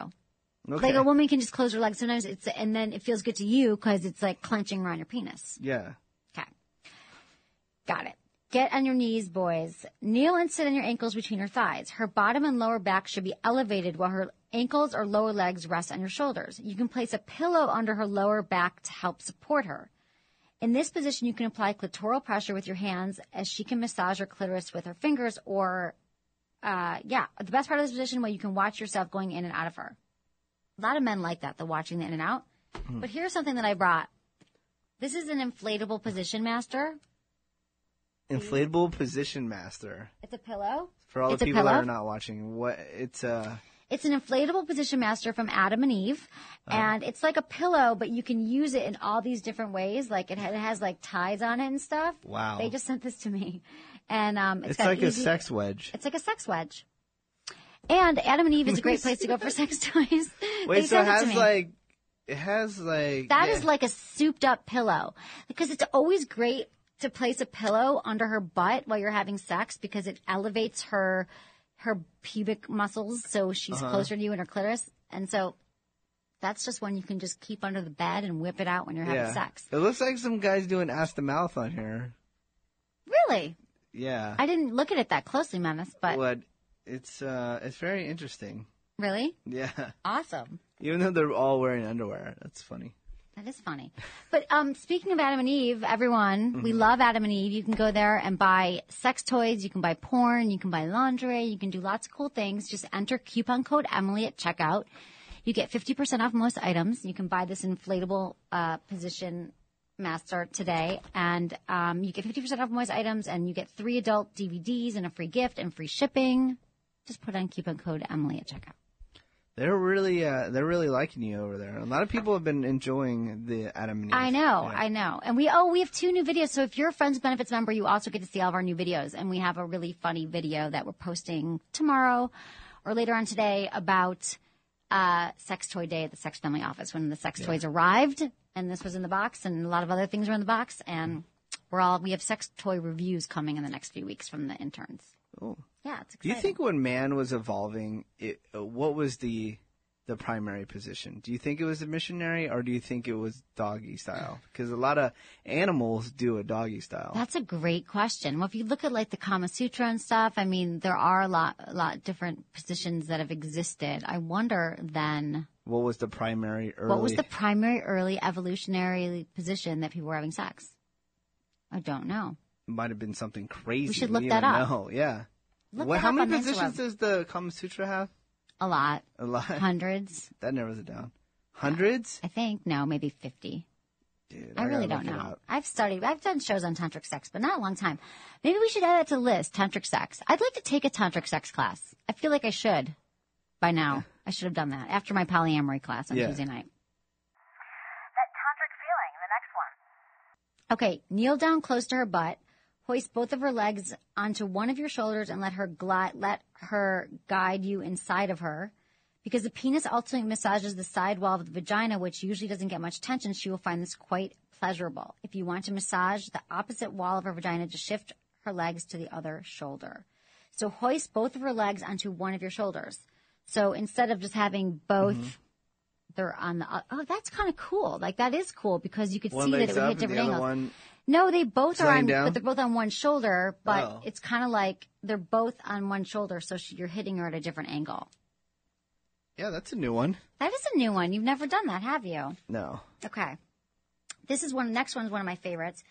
Speaker 4: Um, okay.
Speaker 1: like a woman can just close her legs sometimes it's and then it feels good to you because it's like clenching around your penis
Speaker 4: Yeah.
Speaker 1: Okay. Got it. Get on your knees, boys. Kneel and sit on your ankles between her thighs. Her bottom and lower back should be elevated while her ankles or lower legs rest on your shoulders. You can place a pillow under her lower back to help support her. In this position, you can apply clitoral pressure with your hands as she can massage her clitoris with her fingers or, uh, yeah, the best part of this position where you can watch yourself going in and out of her. A lot of men like that, the watching the in and out. But here's something that I brought. This is an inflatable position master.
Speaker 4: Inflatable position master.
Speaker 1: It's a pillow.
Speaker 4: For all
Speaker 1: It's a
Speaker 4: the people that
Speaker 1: pillow?
Speaker 4: are not watching, what it's uh
Speaker 1: It's an inflatable position master from Adam and Eve,
Speaker 4: Uh-huh.
Speaker 1: and it's like a pillow, but you can use it in all these different ways. Like it, ha- it has like ties on it and stuff.
Speaker 4: Wow.
Speaker 1: They just sent this to me, and um,
Speaker 4: it's,
Speaker 1: got
Speaker 4: like a
Speaker 1: easy-
Speaker 4: sex wedge.
Speaker 1: It's like a sex wedge. And Adam and Eve is a great place to go for sex [laughs] toys.
Speaker 4: Wait,
Speaker 1: They
Speaker 4: so it
Speaker 1: sent it to
Speaker 4: has
Speaker 1: me.
Speaker 4: like it has like
Speaker 1: That
Speaker 4: yeah.
Speaker 1: is like a souped up pillow because it's always great to place a pillow under her butt while you're having sex because it elevates her her pubic muscles so she's
Speaker 4: Uh-huh.
Speaker 1: closer to you and her clitoris and so that's just one you can just keep under the bed and whip it out when you're having
Speaker 4: yeah.
Speaker 1: sex.
Speaker 4: It looks like some guys doing ass to mouth on here.
Speaker 1: Really?
Speaker 4: Yeah.
Speaker 1: I didn't look at it that closely, Menace, but
Speaker 4: what it's uh it's very interesting. [laughs]
Speaker 1: really?
Speaker 4: Yeah.
Speaker 1: Awesome.
Speaker 4: Even though they're all wearing underwear. That's funny.
Speaker 1: That is funny. But um, speaking of Adam and Eve, everyone, we love Adam and Eve. You can go there and buy sex toys, you can buy porn, you can buy laundry, you can do lots of cool things. Just enter coupon code Emily at checkout. You get 50% off most items. You can buy this inflatable uh, position master today, and um, you get 50% off most items, and you get three adult DVDs and a free gift and free shipping. Just put on coupon code Emily at checkout.
Speaker 4: They're really uh they're really liking you over there. A lot of people have been enjoying the Adam and Eve.
Speaker 1: I know, I know. And we oh, we have two new videos. So if you're a Friends Benefits member, you also get to see all of our new videos. And we have a really funny video that we're posting tomorrow or later on today about uh, Sex Toy Day at the Sex Family Office when the sex toys arrived, and this was in the box, and a lot of other things were in the box, and we're all we have sex toy reviews coming in the next few weeks from the interns.
Speaker 4: Oh.
Speaker 1: Yeah, it's
Speaker 4: Do you
Speaker 1: exciting.
Speaker 4: think when man was evolving, it, uh, what was the the primary position? Do you think it was the missionary, or do you think it was doggy style? Because a lot of animals do a doggy style.
Speaker 1: That's a great question. Well, if you look at like the Kama Sutra and stuff, I mean, there are a lot, a lot different positions that have existed. I wonder then
Speaker 4: what was the primary early?
Speaker 1: what was the primary early evolutionary position that people were having sex? I don't know.
Speaker 4: Might have been something crazy.
Speaker 1: should
Speaker 4: we
Speaker 1: look
Speaker 4: didn't
Speaker 1: that
Speaker 4: even
Speaker 1: up.
Speaker 4: know. yeah.
Speaker 1: Look
Speaker 4: What-
Speaker 1: that
Speaker 4: how
Speaker 1: up
Speaker 4: many
Speaker 1: on
Speaker 4: positions
Speaker 1: Instagram.
Speaker 4: does the Kama Sutra have?
Speaker 1: A lot,
Speaker 4: A lot.
Speaker 1: hundreds,
Speaker 4: that narrows it down. Hundreds,
Speaker 1: I think. No, maybe fifty.
Speaker 4: dude.
Speaker 1: I, really
Speaker 4: gotta
Speaker 1: don't
Speaker 4: look it
Speaker 1: know.
Speaker 4: up.
Speaker 1: I've studied. I've done shows on tantric sex, but not a long time. Maybe we should add that to the list. Tantric sex. I'd like to take a tantric sex class. I feel like I should by now. I should have done that after my polyamory class on
Speaker 4: Yeah.
Speaker 1: Tuesday night.
Speaker 5: That tantric feeling, the next one.
Speaker 1: Okay, kneel down close to her butt, hoist both of her legs onto one of your shoulders, and let her glide, let her guide you inside of her. Because the penis ultimately massages the side wall of the vagina, which usually doesn't get much tension, she will find this quite pleasurable. If you want to massage the opposite wall of her vagina, just shift her legs to the other shoulder. So hoist both of her legs onto one of your shoulders. So instead of just having both,
Speaker 4: Mm-hmm.
Speaker 1: they're on the. Oh, that's kind of cool. Like that is cool because you could
Speaker 4: One
Speaker 1: see that it
Speaker 4: leg's
Speaker 1: would
Speaker 4: up
Speaker 1: hit
Speaker 4: and the
Speaker 1: different
Speaker 4: other
Speaker 1: angles.
Speaker 4: one-
Speaker 1: no, they both are
Speaker 4: laying
Speaker 1: on,
Speaker 4: down?
Speaker 1: but they're both on one shoulder. But
Speaker 4: Oh.
Speaker 1: it's kind of like they're both on one shoulder, so she, you're hitting her at a different angle.
Speaker 4: Yeah, that's a new one.
Speaker 1: That is a new one. You've never done that, have you?
Speaker 4: No.
Speaker 1: Okay. This is one. Next one's one of my favorites.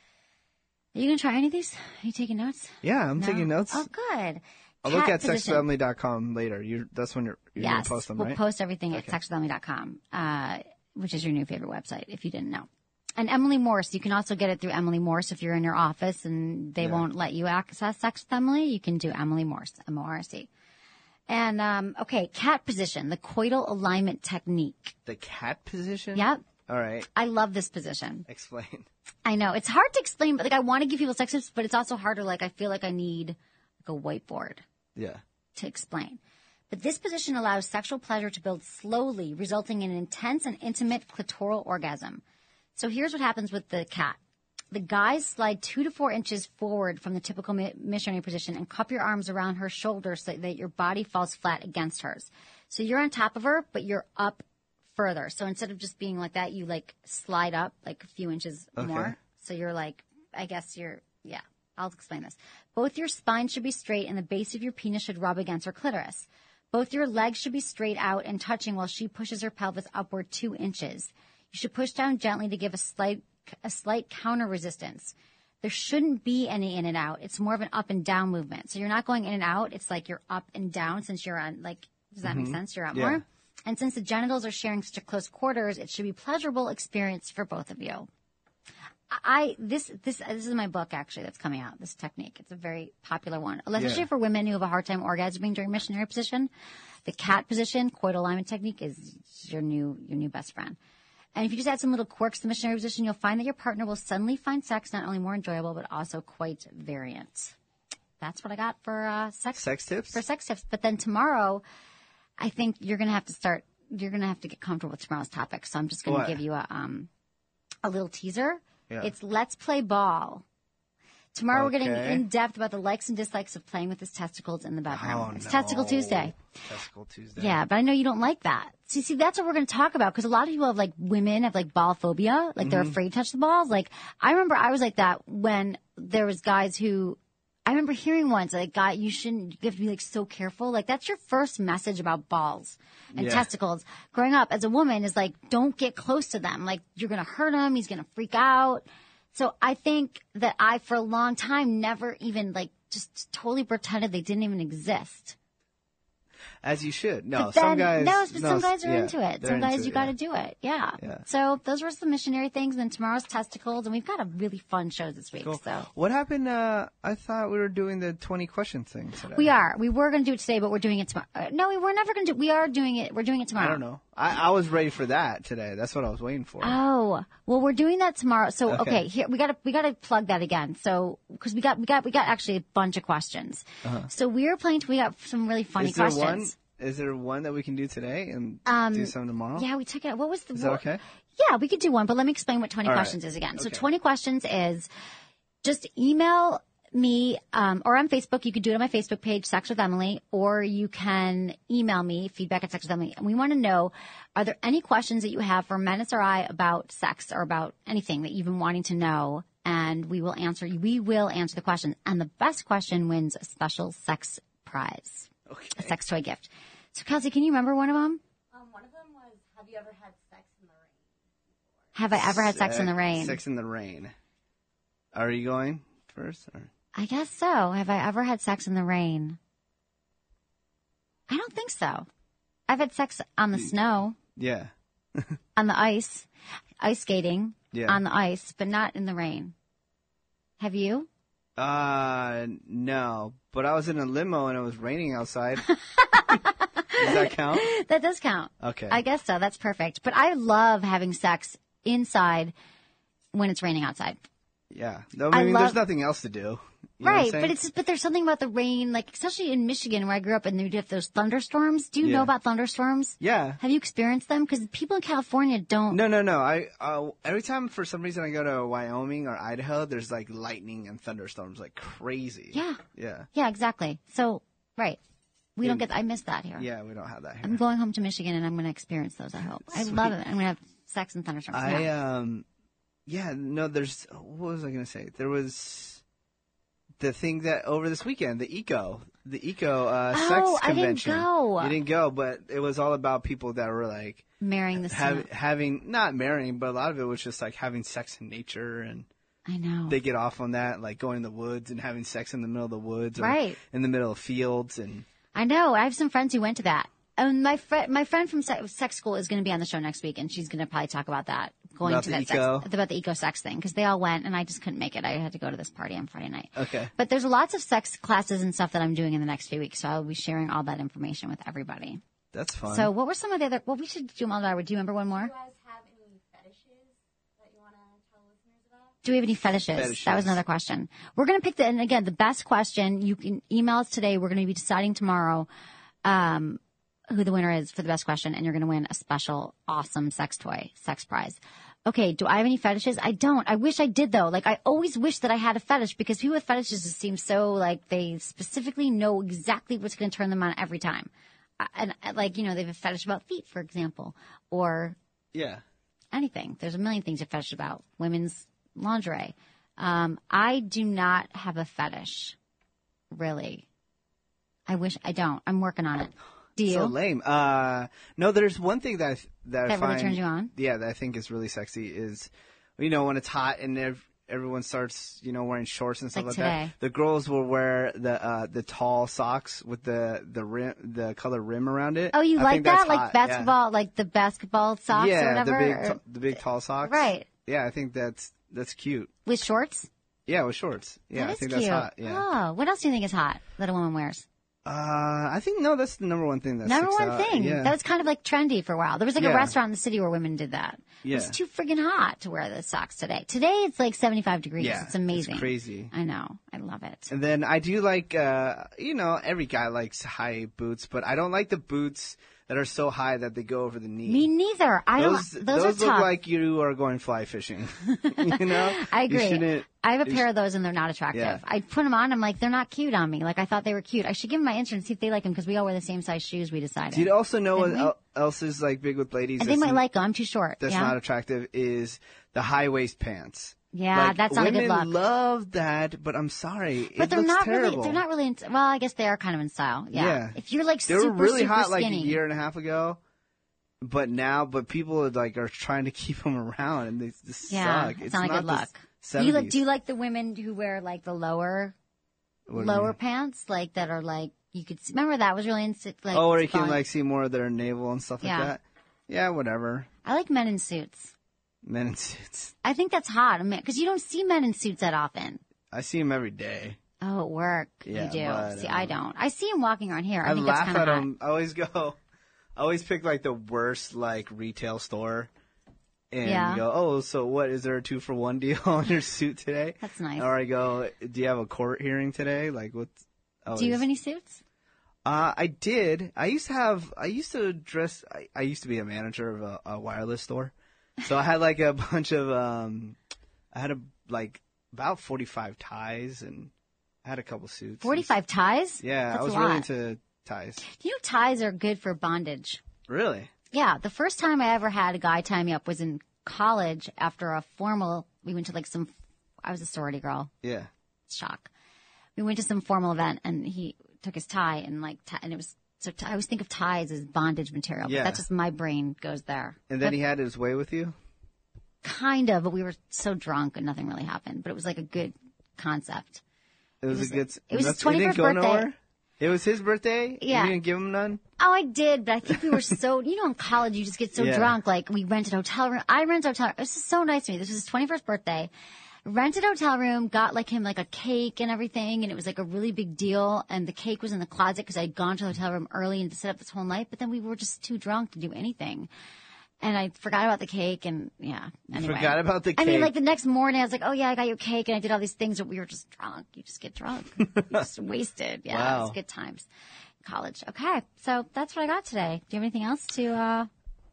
Speaker 1: Are you gonna try any of these? Are you taking notes?
Speaker 4: Yeah, I'm
Speaker 1: No?
Speaker 4: taking notes.
Speaker 1: Oh, good.
Speaker 4: I'll look
Speaker 1: Cat
Speaker 4: at
Speaker 1: position.
Speaker 4: sexfamily.com later. You're, that's when you're, you're going
Speaker 1: yes,
Speaker 4: to post them,
Speaker 1: we'll
Speaker 4: right?
Speaker 1: post everything at sexwithemily.com, uh, which is your new favorite website. If you didn't know, and Emily Morse, you can also get it through Emily Morse. If you're in your office and they won't let you access Sex with Emily, you can do Emily Morse, M O R S E. And um, okay, cat position, the coital alignment technique.
Speaker 4: the cat position?
Speaker 1: Yep,
Speaker 4: All right.
Speaker 1: I love this position.
Speaker 4: Explain.
Speaker 1: I know it's hard to explain, but like I want to give people sex tips, but it's also harder. Like I feel like I need like a whiteboard
Speaker 4: [laughs] Yeah.
Speaker 1: to explain. But this position allows sexual pleasure to build slowly, resulting in an intense and intimate clitoral orgasm. So here's what happens with the cat. The guys slide two to four inches forward from the typical mi- missionary position and cup your arms around her shoulders so that your body falls flat against hers. So you're on top of her, but you're up further. So instead of just being like that, you like slide up like a few inches more. So you're like, I guess you're, yeah, I'll explain this. Both your spine should be straight and the base of your penis should rub against her clitoris. Both your legs should be straight out and touching while she pushes her pelvis upward two inches. You should push down gently to give a slight, a slight counter resistance. There shouldn't be any in and out. It's more of an up and down movement. So you're not going in and out. It's like you're up and down since you're on, like, does that make sense? You're up more. And since the genitals are sharing such a close quarters, it should be a pleasurable experience for both of you. I this this this is my book actually that's coming out. This technique, it's a very popular one, especially for women who have a hard time orgasming during missionary position. The cat position, coital alignment technique, is your new your new best friend. And if you just add some little quirks to the missionary position, you'll find that your partner will suddenly find sex not only more enjoyable but also quite variant. That's what I got for uh, sex
Speaker 4: Sex tips?
Speaker 1: for sex tips. But then tomorrow, I think you're going to have to start. You're going to have to get comfortable with tomorrow's topic. So I'm just going
Speaker 4: What?
Speaker 1: to give you a um a little teaser.
Speaker 4: Yeah.
Speaker 1: It's let's play ball. Tomorrow we're
Speaker 4: Okay.
Speaker 1: getting in depth about the likes and dislikes of playing with his testicles in the bedroom.
Speaker 4: Oh,
Speaker 1: it's
Speaker 4: no.
Speaker 1: Testicle Tuesday.
Speaker 4: Testicle Tuesday.
Speaker 1: Yeah, but I know you don't like that. See, see, that's what we're going to talk about because a lot of people have like women have like ball phobia, like
Speaker 4: Mm-hmm.
Speaker 1: they're afraid to touch the balls. Like I remember I was like that when there was guys who I remember hearing once like, "God, you shouldn't. You have to be like so careful. Like that's your first message about balls and
Speaker 4: Yeah.
Speaker 1: testicles growing up as a woman is like, don't get close to them. Like you're going to hurt him. He's going to freak out." So I think that I, for a long time, never even like just totally pretended they didn't even exist.
Speaker 4: As you should. No,
Speaker 1: But then,
Speaker 4: some guys.
Speaker 1: no, but some guys are
Speaker 4: yeah,
Speaker 1: into it.
Speaker 4: they're
Speaker 1: Some guys,
Speaker 4: into
Speaker 1: you
Speaker 4: it,
Speaker 1: got to
Speaker 4: yeah.
Speaker 1: do it. Yeah.
Speaker 4: Yeah.
Speaker 1: So those were some missionary things. And then tomorrow's testicles, and we've got a really fun show this week.
Speaker 4: Cool.
Speaker 1: So
Speaker 4: What happened? Uh, I thought we were doing the 20 question thing today.
Speaker 1: we are. We were going to do it today, but we're doing it tomorrow. Uh, No, we were never going to. do We are doing it. We're doing it tomorrow.
Speaker 4: I don't know. I, I was ready for that today. That's what I was waiting for.
Speaker 1: Oh well, we're doing that tomorrow. So okay,
Speaker 4: Okay.
Speaker 1: here we gotta we gotta plug that again. So because we got we got we got actually a bunch of questions. So we are playing. We got some really funny
Speaker 4: Uh-huh. is there
Speaker 1: questions. Um,
Speaker 4: one? Is there one that we can do today and do some tomorrow?
Speaker 1: Yeah, we took it. What was the?
Speaker 4: Is that okay?
Speaker 1: Yeah, we could do one, but let me explain what 20
Speaker 4: All right.
Speaker 1: questions is again. So 20 questions is just email me um, or on Facebook. You could do it on my Facebook page, Sex with Emily, or you can email me, feedback at Sex with Emily. And we want to know, are there any questions that you have for Menace or I about sex or about anything that you've been wanting to know? And we will answer, we will answer the question. And the best question wins a special sex prize, okay. a sex toy gift. So Kelsey, can you remember Um, one of them? Have I ever had sex in the rain?
Speaker 4: Sex in the rain. Are you going first? Or?
Speaker 1: I guess so. Have I ever had sex in the rain? I don't think so. I've had sex on
Speaker 4: Hmm.
Speaker 1: the snow,
Speaker 4: Yeah.
Speaker 1: on the ice, ice skating,
Speaker 4: Yeah.
Speaker 1: on the ice, but not in the rain. Have you?
Speaker 4: Uh, no. But I was in a limo and it was raining
Speaker 1: [laughs]
Speaker 4: outside. Does that count?
Speaker 1: That does count.
Speaker 4: Okay.
Speaker 1: I guess so. That's perfect. But I love having sex inside when it's raining outside.
Speaker 4: yeah. No,
Speaker 1: I
Speaker 4: I mean,
Speaker 1: love-
Speaker 4: there's nothing else to do. You know what I'm
Speaker 1: right, but
Speaker 4: saying?
Speaker 1: it's but there's something about the rain, like especially in Michigan where I grew up, and you'd have those thunderstorms. Do you
Speaker 4: Yeah.
Speaker 1: know about thunderstorms?
Speaker 4: yeah.
Speaker 1: Have you experienced them? Because people in California don't.
Speaker 4: No, no, no. I uh, every time for some reason I go to Wyoming or Idaho, there's like lightning and thunderstorms like crazy.
Speaker 1: Yeah.
Speaker 4: Yeah.
Speaker 1: Yeah, exactly. So right, we don't get. I miss that here.
Speaker 4: Yeah, we don't have that here.
Speaker 1: I'm going home to Michigan, and I'm going to experience those. I hope. I love it. I'm going to have sex and thunderstorms.
Speaker 4: I
Speaker 1: Yeah.
Speaker 4: um yeah, no there's what was I going to say? There was the thing that over this weekend, the eco, the eco uh
Speaker 1: Oh,
Speaker 4: sex
Speaker 1: I didn't
Speaker 4: convention.
Speaker 1: go.
Speaker 4: You didn't go, but it was all about people that were like
Speaker 1: Marrying the sun.
Speaker 4: have, having not marrying, but a lot of it was just like having sex in nature and
Speaker 1: I know.
Speaker 4: they get off on that, like going in the woods and having sex in the middle of the woods, or
Speaker 1: Right.
Speaker 4: In the middle of fields, and
Speaker 1: I know. I have some friends who went to that. And my friend, my friend from se- sex school is going to be on the show next week, and she's going to probably talk about that going
Speaker 4: About
Speaker 1: to
Speaker 4: the
Speaker 1: that
Speaker 4: eco?
Speaker 1: sex about the eco sex thing because they all went, and I just couldn't make it. I had to go to this party on Friday night.
Speaker 4: Okay.
Speaker 1: But there's lots of sex classes and stuff that I'm doing in the next few weeks, so I'll be sharing all that information with everybody.
Speaker 4: that's fun.
Speaker 1: So, what were some of the other? Well, we should do them all. Would you remember one more? Do we have any fetishes?
Speaker 4: Fetishes.
Speaker 1: That was another question. We're going to pick the, and again, the best question. You can email us today. We're going to be deciding tomorrow um, who the winner is for the best question, and you're going to win a special, awesome sex toy, sex prize. Okay, do I have any fetishes? I don't. I wish I did though. Like, I always wish that I had a fetish because people with fetishes just seem so like they specifically know exactly what's going to turn them on every time. I- And uh, like, you know, they have a fetish about feet, for example, or
Speaker 4: yeah,
Speaker 1: anything. There's a million things to fetish about women's lingerie. Um, I do not have a fetish, really. I wish I don't. I'm working
Speaker 4: [gasps]
Speaker 1: on it. Do you?
Speaker 4: so lame. Uh, no, there's one thing that I, th- that, I
Speaker 1: That really
Speaker 4: find,
Speaker 1: turns you on?
Speaker 4: Yeah, that I think is really sexy is, you know, when it's hot and ev- everyone starts, you know, wearing shorts and stuff
Speaker 1: Like
Speaker 4: like,
Speaker 1: today.
Speaker 4: that. The girls will wear the uh, the tall socks with the the rim, the color rim around it.
Speaker 1: oh, you
Speaker 4: I
Speaker 1: like
Speaker 4: think that's
Speaker 1: that? Like
Speaker 4: hot, yeah.
Speaker 1: basketball, like the basketball socks
Speaker 4: Yeah,
Speaker 1: or whatever,
Speaker 4: the
Speaker 1: or-
Speaker 4: big t- the big tall socks.
Speaker 1: Right.
Speaker 4: Yeah, I think that's that's cute.
Speaker 1: with shorts.
Speaker 4: Yeah, with shorts. Yeah,
Speaker 1: That
Speaker 4: I
Speaker 1: is
Speaker 4: think
Speaker 1: cute.
Speaker 4: that's hot. Yeah.
Speaker 1: Oh, what else do you think is hot that a woman wears?
Speaker 4: Uh, I think no, that's the number one thing. That
Speaker 1: Number
Speaker 4: sticks
Speaker 1: one
Speaker 4: out.
Speaker 1: thing
Speaker 4: Yeah.
Speaker 1: that was kind of like trendy for a while. There was like a
Speaker 4: Yeah.
Speaker 1: restaurant in the city where women did that.
Speaker 4: Yeah.
Speaker 1: It's too friggin' hot to wear those socks today. Today it's like 75 degrees.
Speaker 4: Yeah,
Speaker 1: it's amazing.
Speaker 4: it's crazy.
Speaker 1: I know. I love it.
Speaker 4: And then I do like, uh, you know, every guy likes high boots, but I don't like the boots that are so high that they go over the knee.
Speaker 1: Me neither. I
Speaker 4: those
Speaker 1: don't. Those,
Speaker 4: those,
Speaker 1: are
Speaker 4: look
Speaker 1: tough.
Speaker 4: like you are going fly fishing. [laughs] you know,
Speaker 1: [laughs] I
Speaker 4: You
Speaker 1: agree.
Speaker 4: shouldn't-
Speaker 1: I have a pair of those and they're not attractive.
Speaker 4: Yeah.
Speaker 1: I put them on. I'm like, they're not cute on me. Like I thought they were cute. I should give them my answer and see if they like them because we all wear the same size shoes. We decided.
Speaker 4: Do you also know what
Speaker 1: Didn't
Speaker 4: el- else is like big with ladies?
Speaker 1: and they
Speaker 4: that's
Speaker 1: might
Speaker 4: n-
Speaker 1: like them. I'm too short.
Speaker 4: that's
Speaker 1: yeah.
Speaker 4: not attractive is the high waist pants.
Speaker 1: yeah,
Speaker 4: Like,
Speaker 1: that's not a
Speaker 4: women
Speaker 1: good look.
Speaker 4: love that, but I'm sorry,
Speaker 1: but
Speaker 4: it
Speaker 1: they're
Speaker 4: looks
Speaker 1: not
Speaker 4: terrible.
Speaker 1: really. They're not really. In, well, I guess they are kind of in style. Yeah.
Speaker 4: Yeah.
Speaker 1: If you're like
Speaker 4: they were
Speaker 1: super
Speaker 4: really
Speaker 1: super
Speaker 4: hot
Speaker 1: skinny,
Speaker 4: like a year and a half ago but now but people are, like are trying to [laughs] keep them around and they just
Speaker 1: yeah,
Speaker 4: suck
Speaker 1: it's, not, a good
Speaker 4: the
Speaker 1: look. Do
Speaker 4: 70s.
Speaker 1: you like? Do you like the women who wear like the lower
Speaker 4: What do you
Speaker 1: lower
Speaker 4: mean?
Speaker 1: pants, like that are like you could see, remember that was really in, like
Speaker 4: oh or you can
Speaker 1: falling-
Speaker 4: like see more of their navel and stuff
Speaker 1: Yeah.
Speaker 4: like that yeah whatever
Speaker 1: I like men in suits.
Speaker 4: men [laughs] in suits
Speaker 1: I think that's hot because you don't see men in suits that often.
Speaker 4: i see them every day
Speaker 1: Oh, at work
Speaker 4: Yeah,
Speaker 1: you do.
Speaker 4: but,
Speaker 1: see,
Speaker 4: um,
Speaker 1: I don't. I see him walking around here. I,
Speaker 4: i,
Speaker 1: think
Speaker 4: laugh
Speaker 1: that's kind
Speaker 4: at
Speaker 1: of hot.
Speaker 4: them i always go i always pick like the worst like retail store and
Speaker 1: Yeah.
Speaker 4: go, oh, so what? Is there a two for one deal [laughs] on your suit today?
Speaker 1: That's nice.
Speaker 4: Or I go, do you have a court hearing today? Like, oh, what?
Speaker 1: Do you have any suits?
Speaker 4: Uh, I did. I used to have. I used to dress. I, I used to be a manager of a, a wireless store, so I had like a [laughs] bunch of. Um, I had a like about forty-five ties, and I had a couple suits.
Speaker 1: Forty-five ties.
Speaker 4: Yeah,
Speaker 1: that's
Speaker 4: I was
Speaker 1: a lot.
Speaker 4: really into ties.
Speaker 1: You know, ties are good for bondage.
Speaker 4: Really?
Speaker 1: Yeah, the first time I ever had a guy tie me up was in college after a formal. We went to like some. I was a sorority girl.
Speaker 4: Yeah.
Speaker 1: shock. We went to some formal event and he took his tie and like, ti- and it was, so t- I always think of ties as bondage material, but
Speaker 4: Yeah.
Speaker 1: that's just my brain goes there.
Speaker 4: And then he had his way with you.
Speaker 1: Kind of, but we were so drunk and nothing really happened, but it was like a good concept.
Speaker 4: It was,
Speaker 1: was-
Speaker 4: a good.
Speaker 1: it was his
Speaker 4: that's- didn't
Speaker 1: 21st
Speaker 4: go
Speaker 1: birthday.
Speaker 4: nowhere. It was his birthday.
Speaker 1: Yeah.
Speaker 4: You didn't give him none.
Speaker 1: Oh, I did, but I think
Speaker 4: [laughs]
Speaker 1: we were so, you know, in college, you just get so
Speaker 4: Yeah.
Speaker 1: drunk. Like, we rented a hotel room. I rented a hotel room. This is so nice to me. This was his 21st birthday. Rented a hotel room, got like him like a cake and everything. And it was like a really big deal. And the cake was in the closet because I'd gone to the hotel room early and set up this whole night. But then we were just too drunk to do anything.
Speaker 6: and I forgot about the cake and yeah. Anyway.
Speaker 4: Forgot about the
Speaker 6: I mean,
Speaker 4: cake.
Speaker 6: like the next morning, I was like, "Oh yeah, I got your cake," and I did all these things. And we were just drunk. You just get
Speaker 4: [laughs]
Speaker 6: drunk. you just wasted. Yeah, it
Speaker 4: Wow.
Speaker 6: was good times. College. Okay, so that's what I got today. Do you have anything else to uh,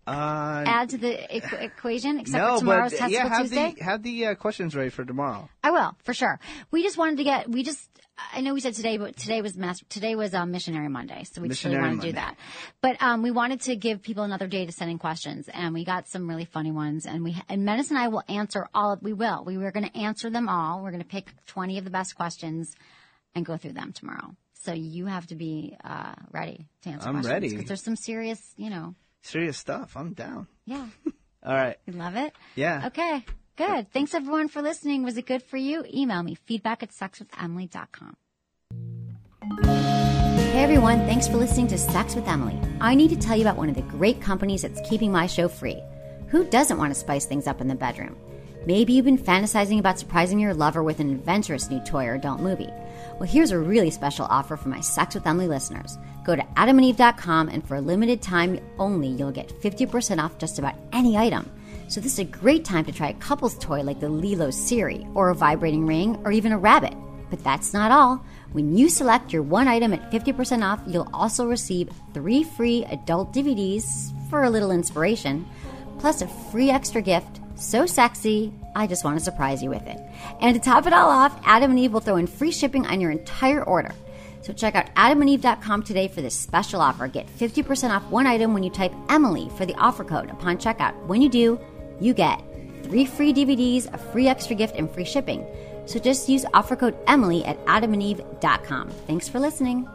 Speaker 4: Uh,
Speaker 6: add to the equ- equation except
Speaker 4: no,
Speaker 6: for tomorrow's
Speaker 4: but uh,
Speaker 6: Testable
Speaker 4: yeah, have
Speaker 6: Tuesday?
Speaker 4: the have the uh, questions ready for tomorrow.
Speaker 6: I will for sure. We just wanted to get. We just. I know we said today, but today was mass, today was um, Missionary Monday, so we just really
Speaker 4: Missionary
Speaker 6: wanted to do
Speaker 4: Monday.
Speaker 6: that. But um, we wanted to give people another day to send in questions, and we got some really funny ones. And we and Menace and I will answer all. of We will. We were going to answer them all. We're going to pick twenty of the best questions and go through them tomorrow. So you have to be uh, ready to answer.
Speaker 4: I'm
Speaker 6: questions,
Speaker 4: ready.
Speaker 6: 'cause there's some serious, you know.
Speaker 4: Serious stuff. I'm down.
Speaker 6: Yeah,
Speaker 4: All right.
Speaker 6: we love it.
Speaker 4: Yeah.
Speaker 6: Okay, good. Thanks everyone for listening. Was it good for you? Email me feedback at sexwithemily.com. Hey everyone, thanks for listening to Sex with Emily. I need to tell you about one of the great companies that's keeping my show free. Who doesn't want to spice things up in the bedroom? Maybe you've been fantasizing about surprising your lover with an adventurous new toy or adult movie. Well, here's a really special offer for my Sex with Emily listeners. Go to adamandeve.com and for a limited time only, you'll get 50% off just about any item. So this is a great time to try a couple's toy like the Lilo Siri, or a vibrating ring, or even a rabbit. But that's not all. When you select your one item at 50% off, you'll also receive three free adult DVDs for a little inspiration, plus a free extra gift. So sexy, I just want to surprise you with it. And to top it all off, Adam and Eve will throw in free shipping on your entire order. So check out adamandeve.com today for this special offer. Get 50% off one item when you type Emily for the offer code upon checkout. When you do, you get three free DVDs, a free extra gift, and free shipping. So just use offer code Emily at adamandeve.com. Thanks for listening.